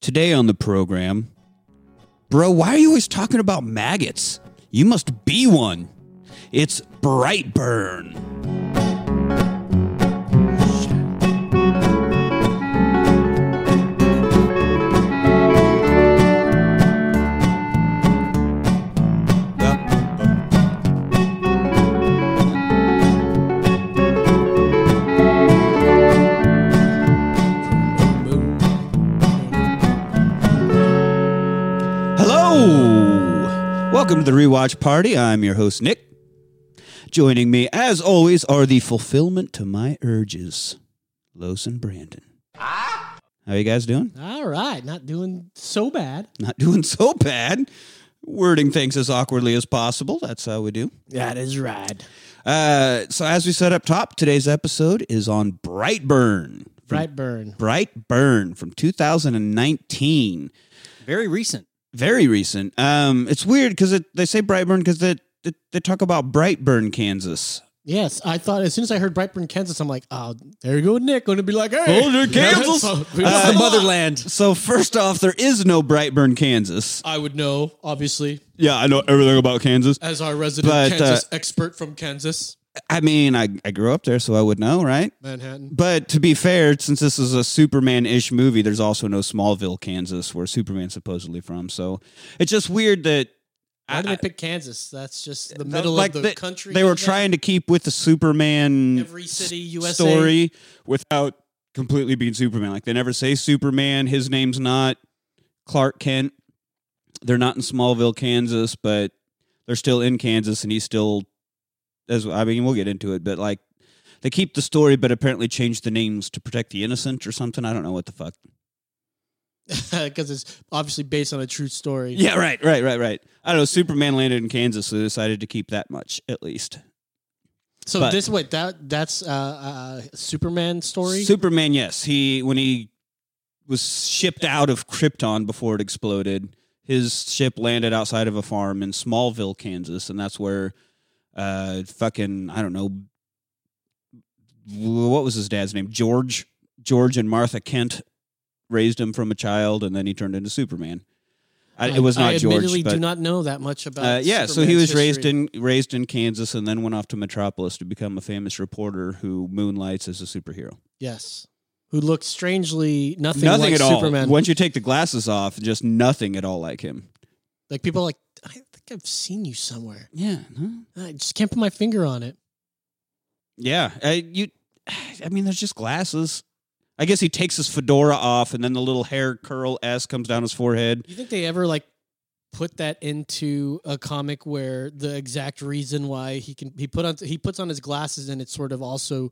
Today on the program, bro, why are you always talking about maggots? You must be one. It's Brightburn. Hello! Welcome to the Rewatch Party. I'm your host, Nick. Joining me, as always, are the fulfillment to my urges, Los and Brandon. How you guys doing? All right, not doing so bad. Not doing so bad. Wording things as awkwardly as possible. That's how we do. That is right. Uh, so, as we said up top, today's episode is on Brightburn. Brightburn. Brightburn from 2019. Very recent. very recent. Um, it's weird because it, they say Brightburn because they, they they talk about Brightburn, Kansas. Yes, I thought as soon as I heard Brightburn, Kansas, I'm like, oh, there you go, Nick. Going to be like, hey, Hold your Kansas. Uh, the motherland. So first off, there is no Brightburn, Kansas. I would know, obviously, Yeah, I know everything about Kansas. as our resident But, uh, Kansas expert from Kansas, I mean, I, I grew up there, so I would know, right? Manhattan. But to be fair, since this is a Superman-ish movie, there's also no Smallville, Kansas, where Superman's supposedly from. So it's just weird that Why did they pick Kansas? That's just the middle like of the they, country. they were in that. trying to keep with the Superman every city, USA. story without completely being Superman. Like they never say Superman. His name's not Clark Kent. They're not in Smallville, Kansas, but they're still in Kansas, and he's still. As I mean, we'll get into it, but like they keep the story, but apparently change the names to protect the innocent or something. I don't know what the fuck. because it's obviously based on a true story. Yeah, right, right, right, right. I don't know. Superman landed in Kansas, so they decided to keep that much at least. So but- this wait that that's uh, uh, Superman story. Superman, yes. He when he was shipped out of Krypton before it exploded, his ship landed outside of a farm in Smallville, Kansas, and that's where uh fucking I don't know what was his dad's name? George George and Martha Kent raised him from a child and then he turned into Superman. I, it was I- not Um, I George, admittedly but do not know that much about. uh, yeah, so he Superman's was raised history. in raised in Kansas and then went off to Metropolis to become a famous reporter who moonlights as a superhero. Yes. Who looked strangely nothing, nothing like at all. Superman. Once you take the glasses off, just nothing at all like him. Like people are like, I think I've seen you somewhere. Yeah, I just can't put my finger on it. yeah. I, you, I mean, there's just glasses. I guess he takes his fedora off, and then the little hair curl s comes down his forehead. You think they ever like put that into a comic where the exact reason why he can he put on he puts on his glasses and it sort of also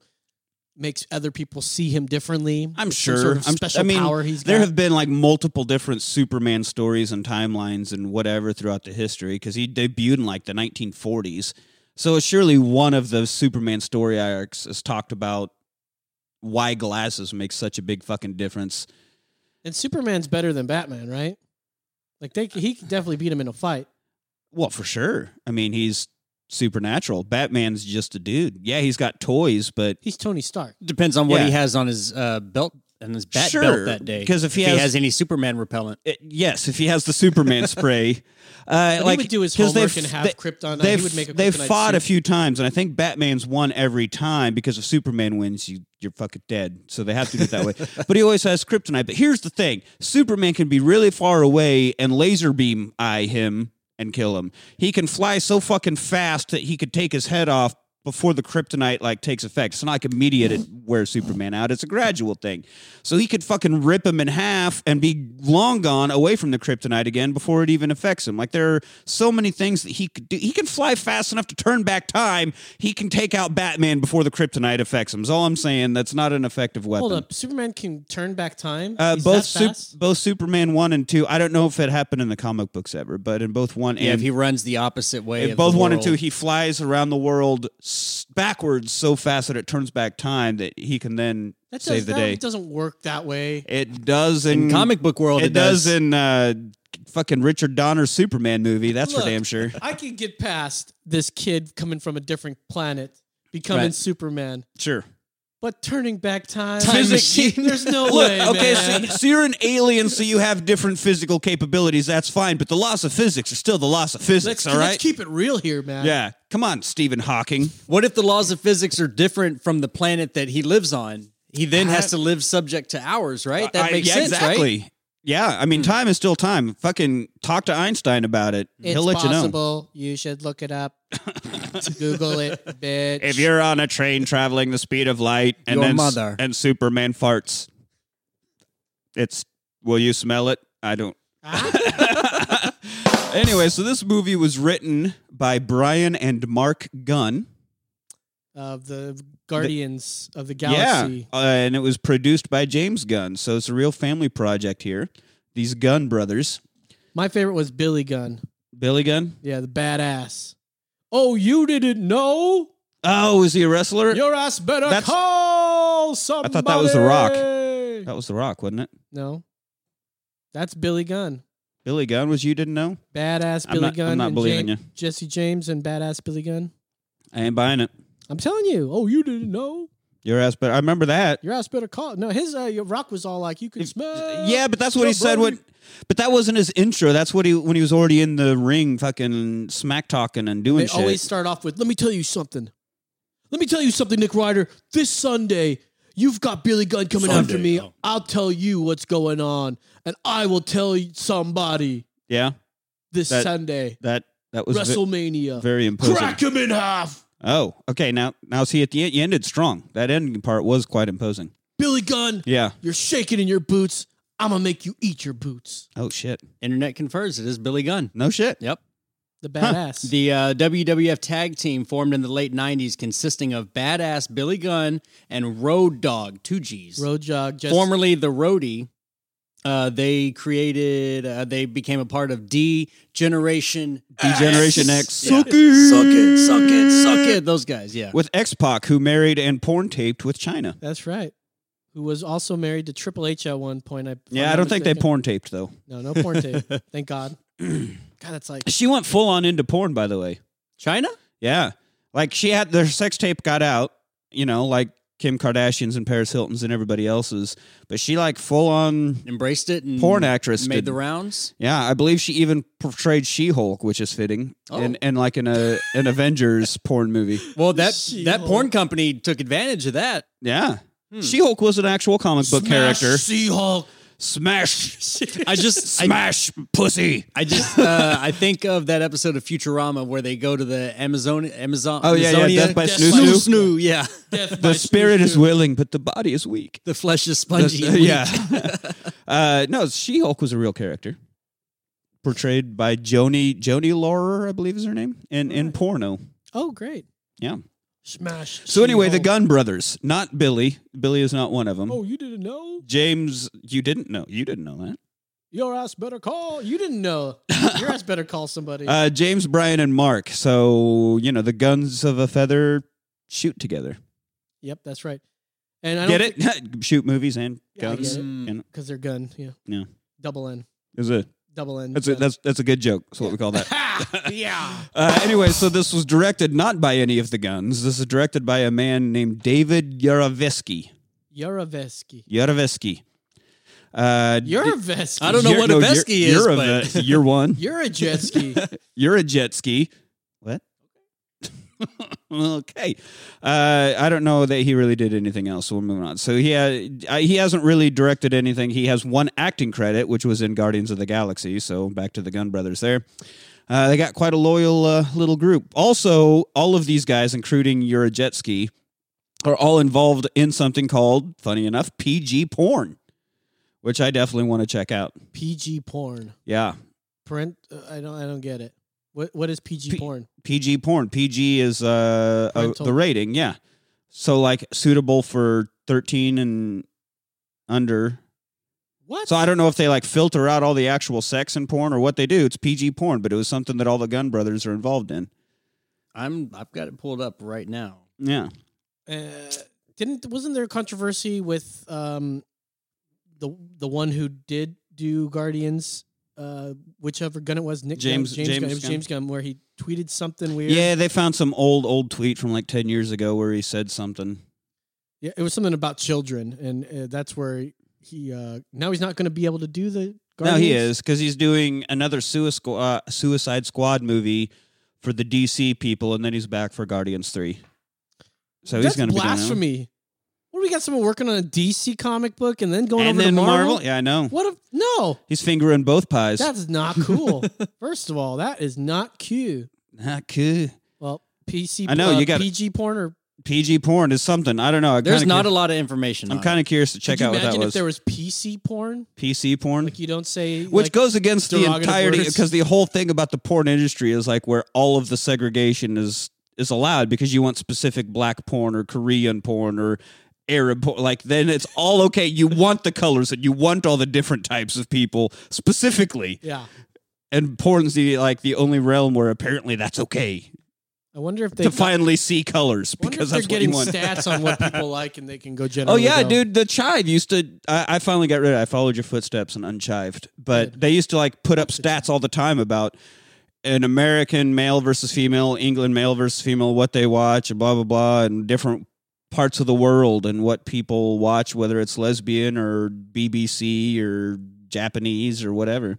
makes other people see him differently. I'm It's some sure. sort of I'm- special I mean, power he's There got. have been like multiple different Superman stories and timelines and whatever throughout the history because he debuted in like the 1940s. So surely one of the Superman story arcs has talked about why glasses make such a big fucking difference. and Superman's better than Batman, right? Like they he could definitely beat him in a fight. Well, for sure. I mean, he's supernatural. Batman's just a dude. Yeah, he's got toys, but He's Tony Stark. Depends on what Yeah. he has on his uh, belt and his bat Sure, belt that day. 'cause if he has- any Superman repellent, uh, yes, if he has the Superman spray, uh, But like he would do his 'cause homework they've- and have they- Krypton. uh, They've, he would make a they've kryptonite fought suit. a few times, and I think Batman's won every time because if Superman wins, you, you're fucking dead. So they have to do it that way. But he always has kryptonite. But here's the thing Superman can be really far away and laser beam eye him and kill him. He can fly so fucking fast that he could take his head off before the kryptonite like takes effect. It's not like immediate it wears Superman out. It's a gradual thing. So he could fucking rip him in half and be long gone away from the kryptonite again before it even affects him. Like there are so many things that he could do. He can fly fast enough to turn back time. He can take out Batman before the kryptonite affects him. Is all I'm saying. That's not an effective weapon. Hold up, Superman can turn back time. Uh, He's both that Sup- fast? both Superman one and two. I don't know if it happened in the comic books ever, but in both one yeah, and if he runs the opposite way, in of both the one and two, world, he flies around the world s- backwards so fast that it turns back time that he can then That does, save the that day. doesn't work that way. It does in, in comic book world, It, it, does. in uh, fucking Richard Donner's Superman movie. That's Look, for damn sure. I can get past this kid coming from a different planet becoming Right. Superman. Sure. But turning back time, Time physics- machine. There's no Look, way. okay, so, man. so you're an alien, so you have different physical capabilities. That's fine, but the laws of physics are still the laws of physics. let's, all right. let's keep it real here, man. yeah, come on, Stephen Hawking. What if the laws of physics are different from the planet that he lives on? He then has to live subject to ours, right? That I- makes yeah, sense, right? exactly. Yeah, I mean, time is still time. Fucking talk to Einstein about it. It's He'll let you know. possible. You, should look it up. Google it, bitch. If you're on a train traveling the speed of light, and Your then s- mother. and Superman farts, it's will you smell it? I don't. Ah, Anyway, so this movie was written by Brian and Mark Gunn. of the Guardians of the Galaxy. Yeah, uh, and it was produced by James Gunn, so it's a real family project here. These Gunn brothers, My favorite was Billy Gunn. Billy Gunn. Yeah, the badass. Oh, you didn't know? Oh, is he a wrestler? Your ass better That's- call somebody. thought that was The Rock. Rock. That was The Rock, wasn't it? No, that's Billy Gunn. Billy Gunn was you didn't know? Badass I'm Billy not- I'm Gunn. not and believing Jam- Jesse James and badass Billy Gunn. I ain't buying it. I'm telling you. Oh, you didn't know? Your ass, but I remember that. Your ass better call. No, his uh, your Rock was all like, you can smell. Yeah, but that's what he the said when. Brody." But that wasn't his intro. That's what he when he was already in the ring, fucking smack talking and doing They shit. always start off with, "Let me tell you something. Let me tell you something, Nick Ryder. This Sunday, you've got Billy Gunn coming after Sunday, me. oh. I'll tell you what's going on, and I will tell somebody yeah, this That- Sunday, that that was ve- WrestleMania. very imposing. Crack him in half. Oh, okay. Now now see at the end you ended strong. That ending part was quite imposing. Billy Gunn, Yeah. you're shaking in your boots. I'm gonna make you eat your boots. Oh shit. Internet confers. It is Billy Gunn. No shit. Yep. The badass. The uh, WWF tag team formed in the late 90s, consisting of badass Billy Gunn and Road Dog, two G's. Road jog. Just, Formerly the Roadie. Uh, they created, uh, they became a part of D Generation Degeneration X. Yeah. Suck it, suck it, suck it. Those guys, yeah. With X Pac, who married and porn taped with China. That's right. Who was also married to Triple H at one point. I, if I'm Yeah, I not don't think they mistaken. porn taped though. No, no porn tape. Thank God. God, that's like She went full on into porn, by the way. China? Yeah. Like she had their sex tape got out, you know, like Kim Kardashian's and Paris Hilton's and everybody else's. But she like full on Embraced it and porn actress. made did- the rounds. yeah, I believe she even portrayed She Hulk, which is fitting. Oh. And and like in a an Avengers porn movie. Well, that that She-Hulk. porn company took advantage of that. Yeah. She Hulk was an actual comic book character. Sea Hulk. Smash I just I, Smash pussy. I just uh, I think of that episode of Futurama where they go to the Amazon Amazon. Oh, yeah, yeah, Amazonia. Death by Death Snoo by Snoo. Snoo. Snoo, yeah. The spirit is willing, but the body is weak. The flesh is spongy. The- and weak. uh, yeah. uh, no, She Hulk was a real character. Portrayed by Joni Joni Laurer, I believe is her name, in, in porno. Oh, great. Yeah. Smash. So anyway, the She-Hulk. Gun Brothers, not Billy. Billy is not one of them. Oh, you didn't know? James, you didn't know. You didn't know that. Your ass better call. You didn't know. Your ass better call somebody. Uh, James, Brian, and Mark. So you know the guns of a feather shoot together. yep, that's right. And I Get don't it? shoot movies and Yeah, I get guns. it. Mm. because they're gun. Yeah. Yeah. Double N. Is it? Double N. That's a, gun. that's that's a good joke. That's what we call that. yeah. Uh, anyway, so this was directed not by any of the guns. This is directed by a man named David Yarovesky. Yurovesky. Yarovesky. Uh, Yurovesky. I don't know Yur- what a Vesky is, You're, but- a, you're one. You're a jet ski. You're a jet ski. What? okay. Uh, I don't know that he really did anything else. So we're moving on. So he had, uh, he hasn't really directed anything. He has one acting credit, which was in Guardians of the Galaxy. So back to the Gun Brothers there. Uh, they got quite a loyal uh, little group. Also, all of these guys, including Yura Jetski, are all involved in something called, funny enough, PG porn, which I definitely want to check out. PG porn. Yeah. Print. uh, I don't. I don't get it. What What is PG P- porn? PG porn. PG is uh, uh Parental. the rating, yeah. So like suitable for 13 and under. What? So I don't know if they like filter out all the actual sex in porn or what they do. It's PG porn, but it was something that all the Gun Brothers are involved in. I'm I've got it pulled up right now. Yeah. uh, didn't wasn't there a controversy with um the the one who did do Guardians uh whichever gun it was Nick Gunn- James- James, Gunn, James it was Gunn. James Gunn where he tweeted something weird Yeah, they found some old old tweet from like 10 years ago where he said something. Yeah, it was something about children, and uh, that's where he uh, now he's not going to be able to do the. No, Guardians. he is because he's doing another Suicide Squad, uh, Suicide Squad movie for the DC people, and then he's back for Guardians Three. So that's he's going to be doing that one. blasphemy. What do we got? Someone working on a DC comic book and then going and over then to Marvel. Yeah, I know. What? A, no, He's fingering both pies. that's not cool. First of all, that is not cute. Not cool. Well, PC. I know, uh, you gotta- PG porn or PG porn is something. I don't know. I There's kinda not cur- a lot of information. I'm kind of curious to check Could you out what that imagine was. if there was PC porn? PC porn, Like you don't say which like, goes against the derogative entirety words. because the whole thing about the porn industry is like where all of the segregation is is allowed because you want specific black porn or Korean porn or Arab porn. Like then it's all okay. You want the colors and you want all the different types of people specifically. Yeah. And porn's the like the only realm where apparently that's okay I wonder if they to finally see colors I wonder because if they're that's what you getting want. stats on what people like and they can go Oh generally. yeah, go, dude. The chive used to. I, I finally got rid of. it. I followed your footsteps and unchived. But Good. they used to like put up stats all the time about an American male versus female, England male versus female, what they watch, and blah blah blah, and different parts of the world and what people watch, whether it's lesbian or BBC or Japanese or whatever.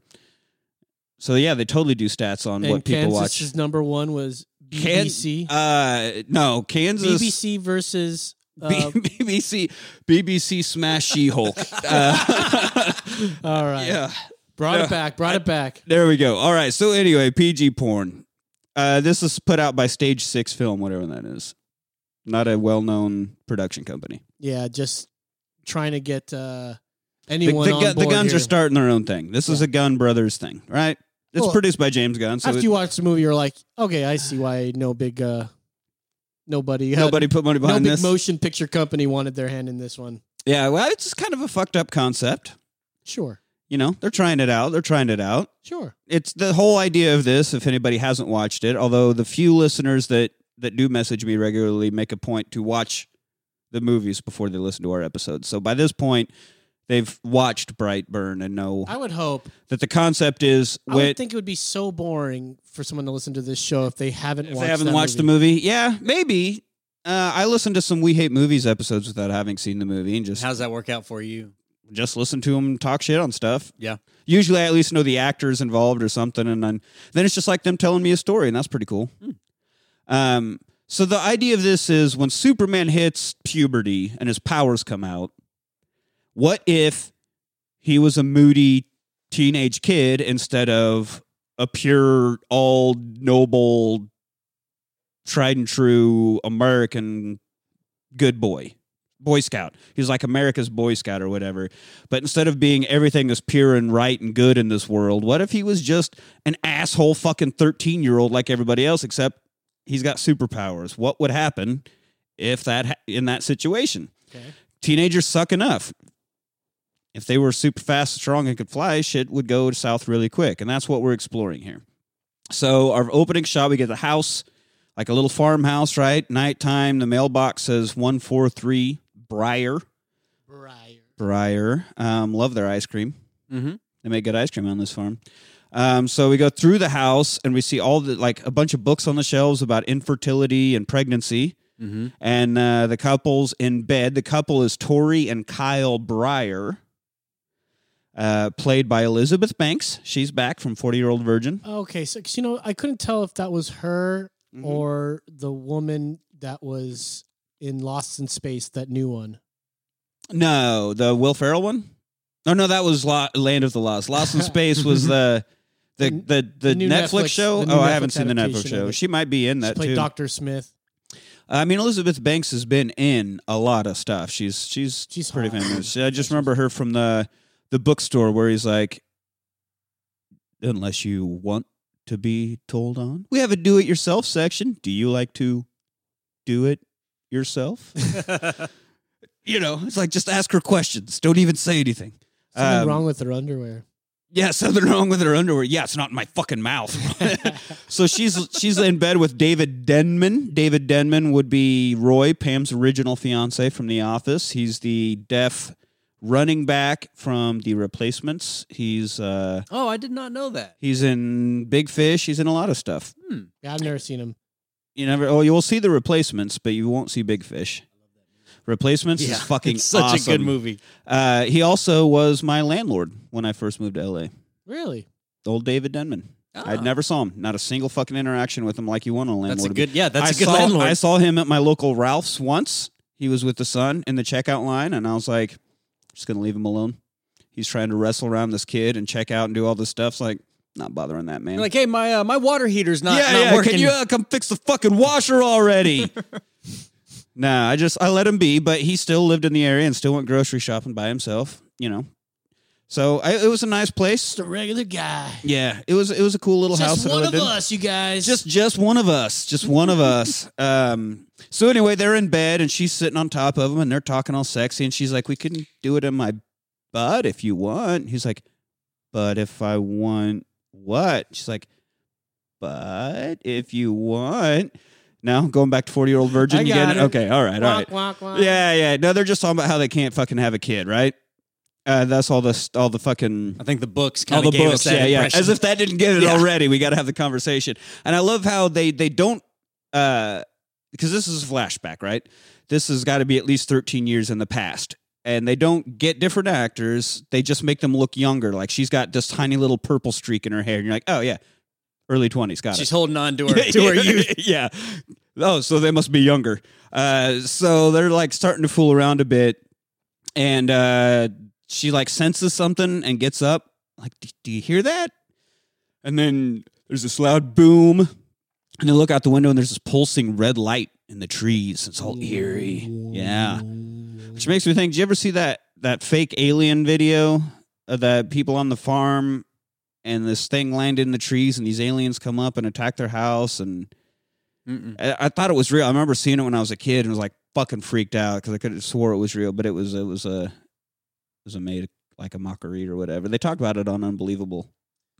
So yeah, they totally do stats on And what people watch. Kansas's number one was Kan- BBC. uh, no, Kansas. BBC versus uh, B- BBC, BBC smash She-Hulk. Uh, all right. yeah, Brought Yeah. it back. Brought it back. there we go. All right. So anyway, PG porn. Uh, this is put out by Stage Six Film, whatever that is. Not a well-known production company. Yeah, just trying to get uh, The, anyone the, on gu- the board guns here. are starting their own thing. This is Yeah. a Gun Brothers thing, right? It's Well, produced by James Gunn, so After it- you watch the movie, you're like, okay, I see why no big uh, nobody had- nobody put money no behind big this. motion picture company wanted their hand in this one. yeah, well, it's just kind of a fucked up concept. Sure, You know, they're trying it out. They're trying it out. sure. it's the whole idea of this if anybody hasn't watched it although the few listeners that that do message me regularly make a point to watch the movies before they listen to our episodes so by this point they've watched brightburn and know I would hope. that the concept is I when would think it would be so boring for someone to listen to this show if they haven't if watched they haven't that watched movie. the movie yeah maybe uh, i listened to some we hate movies episodes without having seen the movie and just How's that work out for you? just listen to them talk shit on stuff Yeah. usually i at least know the actors involved or something and then, then it's just like them telling me a story and that's pretty cool um, so the idea of this is when superman hits puberty and his powers come out what if he was a moody teenage kid instead of a pure all noble tried and true american good boy boy scout he's like america's boy scout or whatever but instead of being everything is pure and right and good in this world, what if he was just an asshole fucking 13 year old like everybody else, except he's got superpowers? What would happen if that ha- in that situation? Okay. Teenagers suck enough. If they were super fast, strong, and could fly, shit would go south really quick. And that's what we're exploring here. So, our opening shot, we get the house, like a little farmhouse, right? Nighttime, the mailbox says 143 Briar. Briar. Briar. Um, love their ice cream. Mm-hmm. They make good ice cream on this farm. Um, so we go through the house and we see all the like a bunch of books on the shelves about infertility and pregnancy. Mm-hmm. And uh, the couple's in bed. The couple is Tori and Kyle Breyer, uh, played by Elizabeth Banks. She's back from 40 Year Old Virgin. Okay, so 'cause, you know, I couldn't tell if that was her Mm-hmm. or the woman that was in Lost in Space, that new one. No, the Will Ferrell one. No, no, that was Lo- Land of the Lost. Lost in Space was the the the, the, The new Netflix, Netflix- show. the new oh, Netflix I haven't seen the Netflix adaptation of show. it. She might be in She that played too. Doctor Smith. I mean, Elizabeth Banks has been in a lot of stuff. She's she's She's pretty hot. famous. I just remember her from the the bookstore where he's like, "Unless you want to be told on, we have a do-it-yourself section. Do you like to do it yourself? Mm-hmm. you know, it's like just ask her questions. Don't even say anything. Something Um, wrong with her underwear. Yeah, something wrong with her underwear. Yeah, it's not in my fucking mouth. so she's she's in bed with David Denman. David Denman would be Roy, Pam's original fiance from The Office. He's the deaf running back from The Replacements. He's uh Oh, I did not know that. he's in Big Fish. He's in a lot of stuff. Yeah, I've never seen him. You never. Oh, you will see The Replacements, but you won't see Big Fish. Replacements is fucking it's such awesome. a good movie. Uh, he also was my landlord when I first moved to LA. Really? Old David Denman. I Ah. never saw him. Not a single fucking interaction with him like you want a landlord. That's a to be. good. Yeah, that's I a good saw, landlord. I saw him at my local Ralph's once. He was with the son in the checkout line, and I was like, just gonna leave him alone. He's trying to wrestle around this kid and check out and do all this stuff. It's like, not bothering that man. You're like, hey, my uh, my water heater's not, yeah, not yeah. working. Can you uh, come fix the fucking washer already? nah, I just I let him be, but he still lived in the area and still went grocery shopping by himself. You know, so I, it was a nice place. Just a regular guy. Yeah, it was it was a cool little house. Just that I one of lived in. us, you guys. Just just one of us. Just one of us. Um so anyway, they're in bed and she's sitting on top of him and they're talking all sexy and she's like, We can do it in my butt if you want. He's like, But if I want what? She's like, But if you want now going back to forty year old virgin I you got get it. Okay, all right, all right. walk, walk, walk. Yeah, yeah. No, they're just talking about how they can't fucking have a kid, right? Uh, that's all the all the fucking I think the books all kind the of gave books, us that yeah, impression. yeah. As if that didn't get it Yeah. already. We got to have the conversation. And I love how they they don't uh because this is a flashback, right? This has got to be at least 13 years in the past. And they don't get different actors. They just make them look younger. Like she's got this tiny little purple streak in her hair and you're like, "Oh yeah, early 20s, got it." she's holding on to her to her youth. yeah. Oh, so they must be younger. Uh, so they're like starting to fool around a bit, and uh, she like senses something and gets up. Like, "Do- do you hear that? And then there's this loud boom, and they look out the window, and there's this pulsing red light in the trees. It's all eerie. Yeah, which makes me think. Did you ever see that that fake alien video of the people on the farm and this thing landed in the trees and these aliens come up and attack their house and Mm-hmm. Mm-mm. I, I thought it was real. I remember seeing it when I was a kid and was like fucking freaked out because I could have swore it was real, but it was it was a it was a made like a mockery or whatever. They talked about it on Unbelievable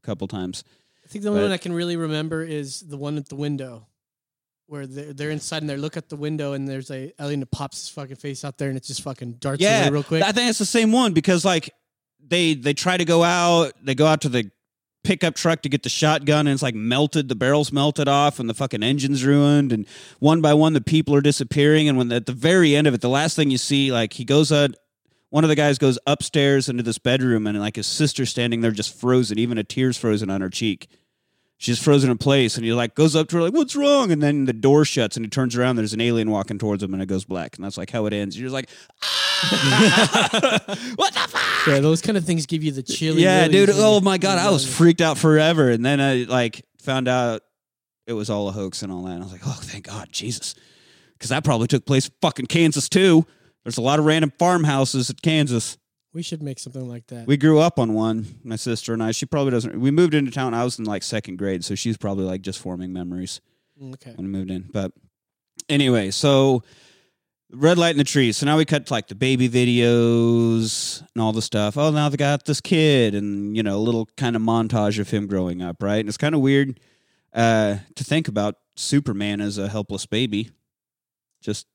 a couple times. I think the only But- one I can really remember is the one at the window, where they're, they're inside and they look at the window and there's a alien that pops his fucking face out there and it just fucking darts Yeah, away real quick. I think it's the same one because like they they try to go out, they go out to the pickup truck to get the shotgun and it's like melted the barrels melted off and the fucking engine's ruined and one by one the people are disappearing and when at the very end of it the last thing you see like he goes out one of the guys goes upstairs into this bedroom and like his sister's standing there just frozen even a tear's frozen on her cheek she's frozen in place and he like goes up to her like what's wrong and then the door shuts and he turns around there's an alien walking towards him and it goes black and that's like how it ends you're just like what the fuck yeah, those kind of things give you the chilly. yeah willies dude when oh you- my god when i was you're- freaked out forever and then i like found out it was all a hoax and all that and i was like oh thank god jesus because that probably took place in fucking kansas too there's a lot of random farmhouses in kansas We should make something like that. we grew up on one, my sister and I. She probably doesn't. We moved into town. I was in like second grade, so she's probably like just forming memories Mm, okay. when we moved in. But anyway, so red light in the trees. So now we cut to, like the baby videos and all the stuff. Oh, now they got this kid, and you know, a little kind of montage of him growing up, right? And it's kind of weird uh, to think about Superman as a helpless baby. Just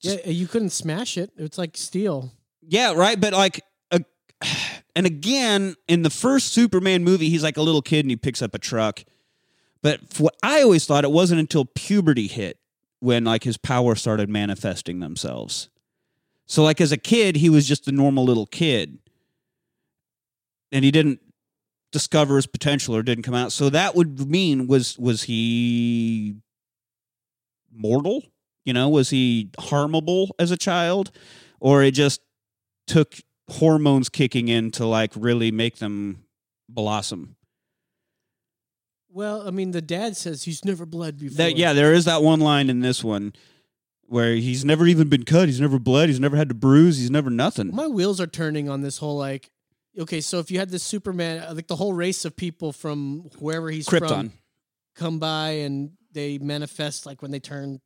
Yeah, you couldn't smash it. It's like steel. Yeah, right. But like, a, and again, in the first Superman movie, he's like a little kid and he picks up a truck. But f- what I always thought it wasn't until puberty hit when like his power started manifesting themselves. So like as a kid, he was just a normal little kid, and he didn't discover his potential or didn't come out. So that would mean was was he mortal? You know, was he harmable as a child, or it just took hormones kicking in to like really make them blossom? Well, I mean, the dad says he's never bled before. That yeah, there is that one line in this one where he's never even been cut, he's never bled, he's never had to bruise, he's never nothing. My wheels are turning on this whole like. Okay, so if you had this Superman, uh, like the whole race of people from wherever he's Krypton. from, come by and they manifest like when they turn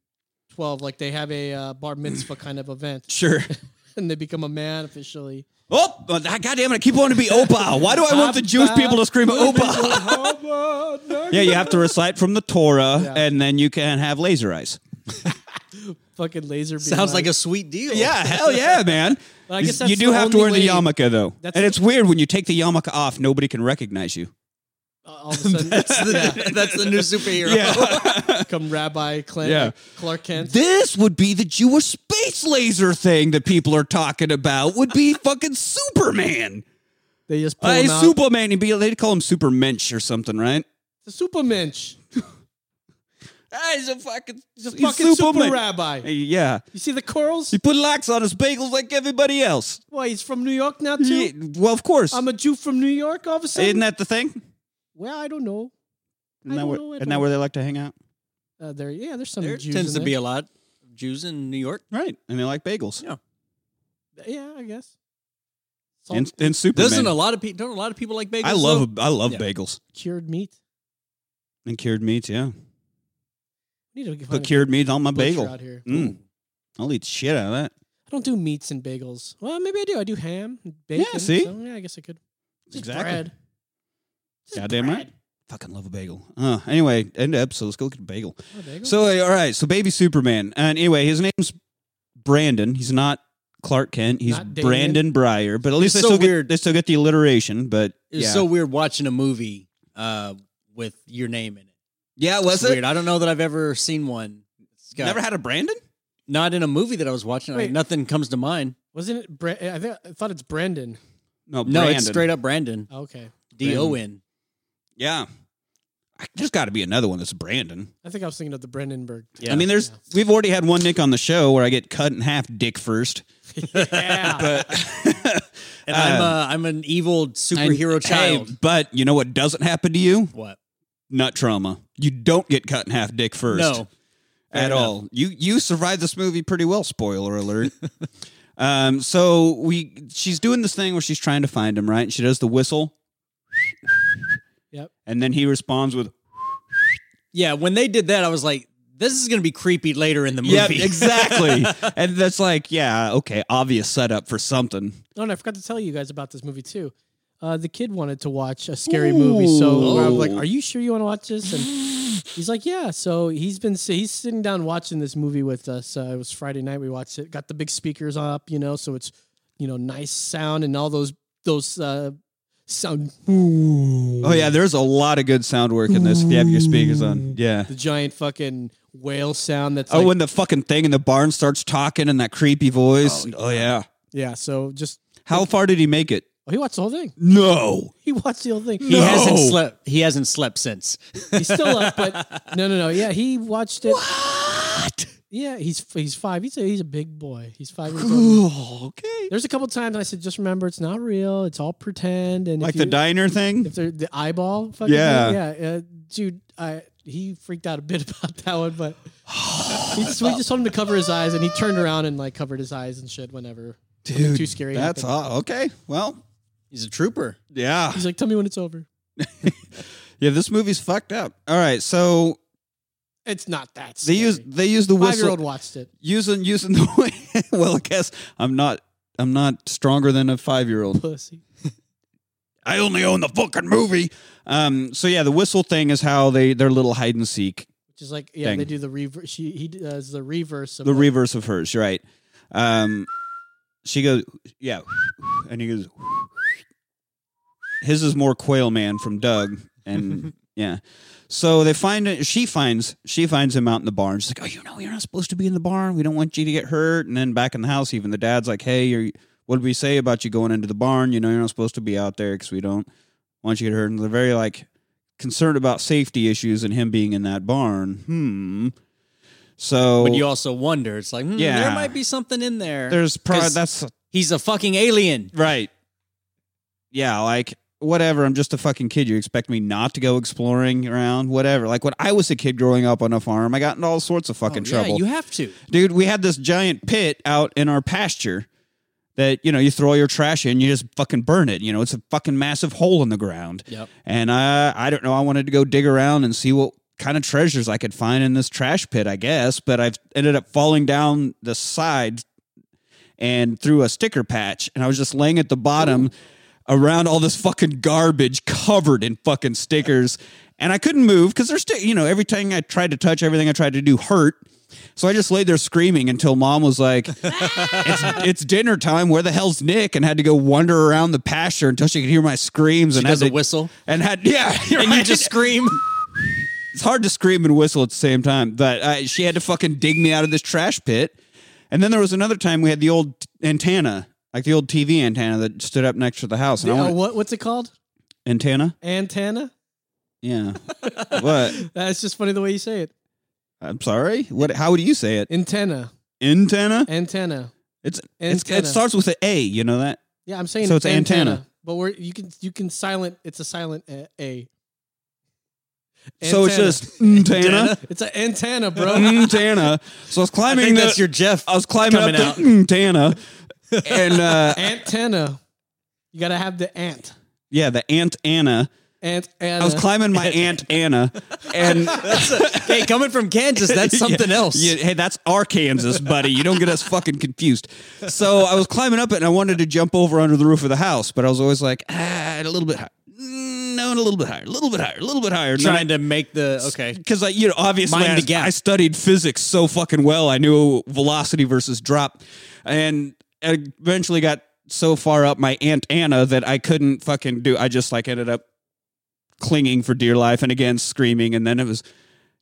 12 like they have a uh, bar mitzvah kind of event Sure. and they become a man officially Oh, uh, God damn it! I keep wanting to be Opa. Why do I want the Jewish people to scream Opa? yeah, you have to recite from the Torah, Yeah. Oh. and then you can have laser eyes. fucking laser beam Sounds like a sweet deal. Yeah, hell yeah, man. But I guess you that's do the have to only wear the way- yarmulke though, That's and the- it's weird when you take the yarmulke off, nobody can recognize you. uh, all of a sudden That's the, that's the new superhero. come Rabbi Clint, Yeah. Clark Kent. This would be the Jewish space laser thing that people are talking about. Would be fucking Superman. They just pull Hey, him out. Superman. He'd be, they'd call him Supermensch or something, right? It's a supermensch. Hey, he's a fucking, He's a fucking super rabbi. Hey, yeah, You see the corals? he put locks on his bagels like everybody else. Why he's from New York now too? Yeah, well, of course. I'm a Jew from New York. All of a sudden, Isn't that the thing? well, I don't know. Isn't that, don't where, know, I isn't don't- that where they like to hang out? Uh, there, yeah, there's some There Jews tends in to be there. a lot of Jews in New York. Right, and they like bagels yeah, I guess. Salt and, and Superman. Doesn't a lot of people? Don't a lot of people like bagels? I love I love Yeah. bagels cured meat. and cured meats. Yeah, We need to put find a cured meat on my butcher bagel. out here. Mm. I'll eat the shit out of that. I don't do meats and bagels. Well, maybe I do. I do ham, and bacon. see? so, yeah, I guess I could. Just Exactly. bread. Just Goddamn right. bread. Fucking love a bagel. Uh, anyway, end of episode. Let's go get a bagel. Oh, bagel. So uh, all right, so baby Superman, and anyway, his name's Brandon. He's not Clark Kent. He's Not Brandon Damien. Breyer. But at least It's they so still weird. get they still get the alliteration. But It's yeah, so weird watching a movie uh, with your name in it. yeah, It's weird. I don't know that I've ever seen one. It's got- Never had a Brandon. not in a movie that I was watching. Like, Wait. nothing comes to mind. wasn't it? Bra- I, think, I thought it's Brandon. No, No, Brandon. it's straight up Brandon. Oh, okay, D O N. Yeah, I- there's got to be another one that's Brandon. I think I was thinking of the Brandenburg. I mean, there's we've already had one Nick on the show where I get cut in half, dick first. Yeah. But And I'm uh, I'm an evil superhero child. Hey, but you know what doesn't happen to you? what? Nut trauma. You don't get cut in half, dick first. No. at enough. all. You you survived this movie pretty well. Spoiler alert. um, so we she's doing this thing where she's trying to find him, right? And she does the whistle. Yep. And then he responds with Yeah, when they did that, I was like, this is going to be creepy later in the movie. "Yep, exactly." and that's like, yeah, okay, obvious setup for something. Oh, and I forgot to tell you guys about this movie too. Uh, the kid wanted to watch a scary movie, so I'm like, Ooh. Oh. "Are you sure you want to watch this?" And he's like, "Yeah." So he's been si- he's sitting down watching this movie with us. Uh, it was Friday night. We watched it. Got the big speakers up, you know, so it's you know nice sound and all those those uh, sound. Oh yeah, there's a lot of good sound work in this if you have your speakers on. Yeah. the giant fucking whale sound. That's Oh, like- when the fucking thing in the barn starts talking in that creepy voice. Oh, yeah. yeah. So just How far did he make it? oh, he watched the whole thing. No. He watched the whole thing. He hasn't No. slept. He hasn't slept since. He's still up, but no, no, no. Yeah, he watched it. Yeah, he's he's five. He's a, he's a big boy. He's five years old. Oh, okay. There's a couple times I said, just remember, it's not real. It's all pretend. And Like if the you- diner thing? if they're the eyeball, fucking Yeah. thing, yeah, uh, dude. I he freaked out a bit about that one, but he just, we just told him to cover his eyes, and he turned around and like covered his eyes and shit whenever. something Dude, too scary. That's happened. aw- okay. Well, He's a trooper. yeah, He's like, tell me when it's over. yeah. This movie's fucked up. All right, so It's not that. they Scary. use they use the five year old whistle watched it. using using the way. Well, I guess I'm not I'm not stronger than a five year old. Pussy. I only own the fucking movie. Um. So yeah, the whistle thing is how they their little hide and seek, Which is like, yeah, Thing. they do the reverse. She he does the reverse of the like, reverse of hers, right? Um. She goes, yeah, and he goes. His is more Quail Man from Doug, and Yeah. So they find it. She finds she finds him out in the barn. She's like, "Oh, you know, you're not supposed to be in the barn. We don't want you to get hurt." And then back in the house, even the dad's like, "Hey, you're, what did we say about you going into the barn? You know, you're not supposed to be out there because we don't want you to get hurt." And they're very like concerned about safety issues and him being in that barn. Hmm. So But you also wonder. It's like, hmm, Yeah. there might be something in there. there's probably 'Cause that's He's a fucking alien. right. Yeah, like whatever. I'm just a fucking kid. You expect me not to go exploring around? Whatever. Like when I was a kid growing up on a farm, I got in all sorts of fucking Oh, trouble. Yeah, you have to. dude we had this giant pit out in our pasture that you know you throw your trash in you just fucking burn it you know it's a fucking massive hole in the ground Yep. and i i don't know i wanted to go dig around and see what kind of treasures i could find in this trash pit i guess but i've ended up falling down the side and through a sticker patch and i was just laying at the bottom around all this fucking garbage covered in fucking stickers and i couldn't move because there's sti- you know every time i tried to touch everything i tried to do hurt So I just laid there screaming until mom was like, it's, it's dinner time. Where the hell's Nick? And had to go wander around the pasture until she could hear my screams She and does had a to- whistle. And had, yeah. And you just scream. it's hard to scream and whistle at the same time. But I, she had to fucking dig me out of this trash pit. And then there was another time we had the old antenna, like the old TV antenna that stood up next to the house. And I Uh, went, what what's it called? antenna? Antenna. Yeah. what? That's just funny the way you say it. I'm sorry. What? How would you say it? Antenna. Antenna. Antenna. It's, it's Antenna. it starts with an A. You know that. Yeah, I'm saying. So it's antenna. But we're you can you can silent. It's a silent a. a. So it's just antenna. it's an antenna, bro. antenna. So I was I climbing. think the- that's your Jeff. I was climbing up coming the out. antenna, and uh, antenna. You gotta have the ant. yeah, the Aunt Anna. Ant. I was climbing my Aunt Anna, and That's a- hey, coming from Kansas, that's something Yeah. else. Yeah, hey, that's our Kansas, buddy. You don't get us fucking confused. So I was climbing up it and I wanted to jump over under the roof of the house, but I was always like, ah, a little bit higher. Mm, No, and a little bit higher, a little bit higher, a little bit higher. Trying to make the okay. Because I, you know, obviously Mind I, the gap. I studied physics so fucking well. I knew velocity versus drop, and I eventually got so far up my aunt Anna that I couldn't fucking do. I just like ended up clinging for dear life and again screaming, and then it was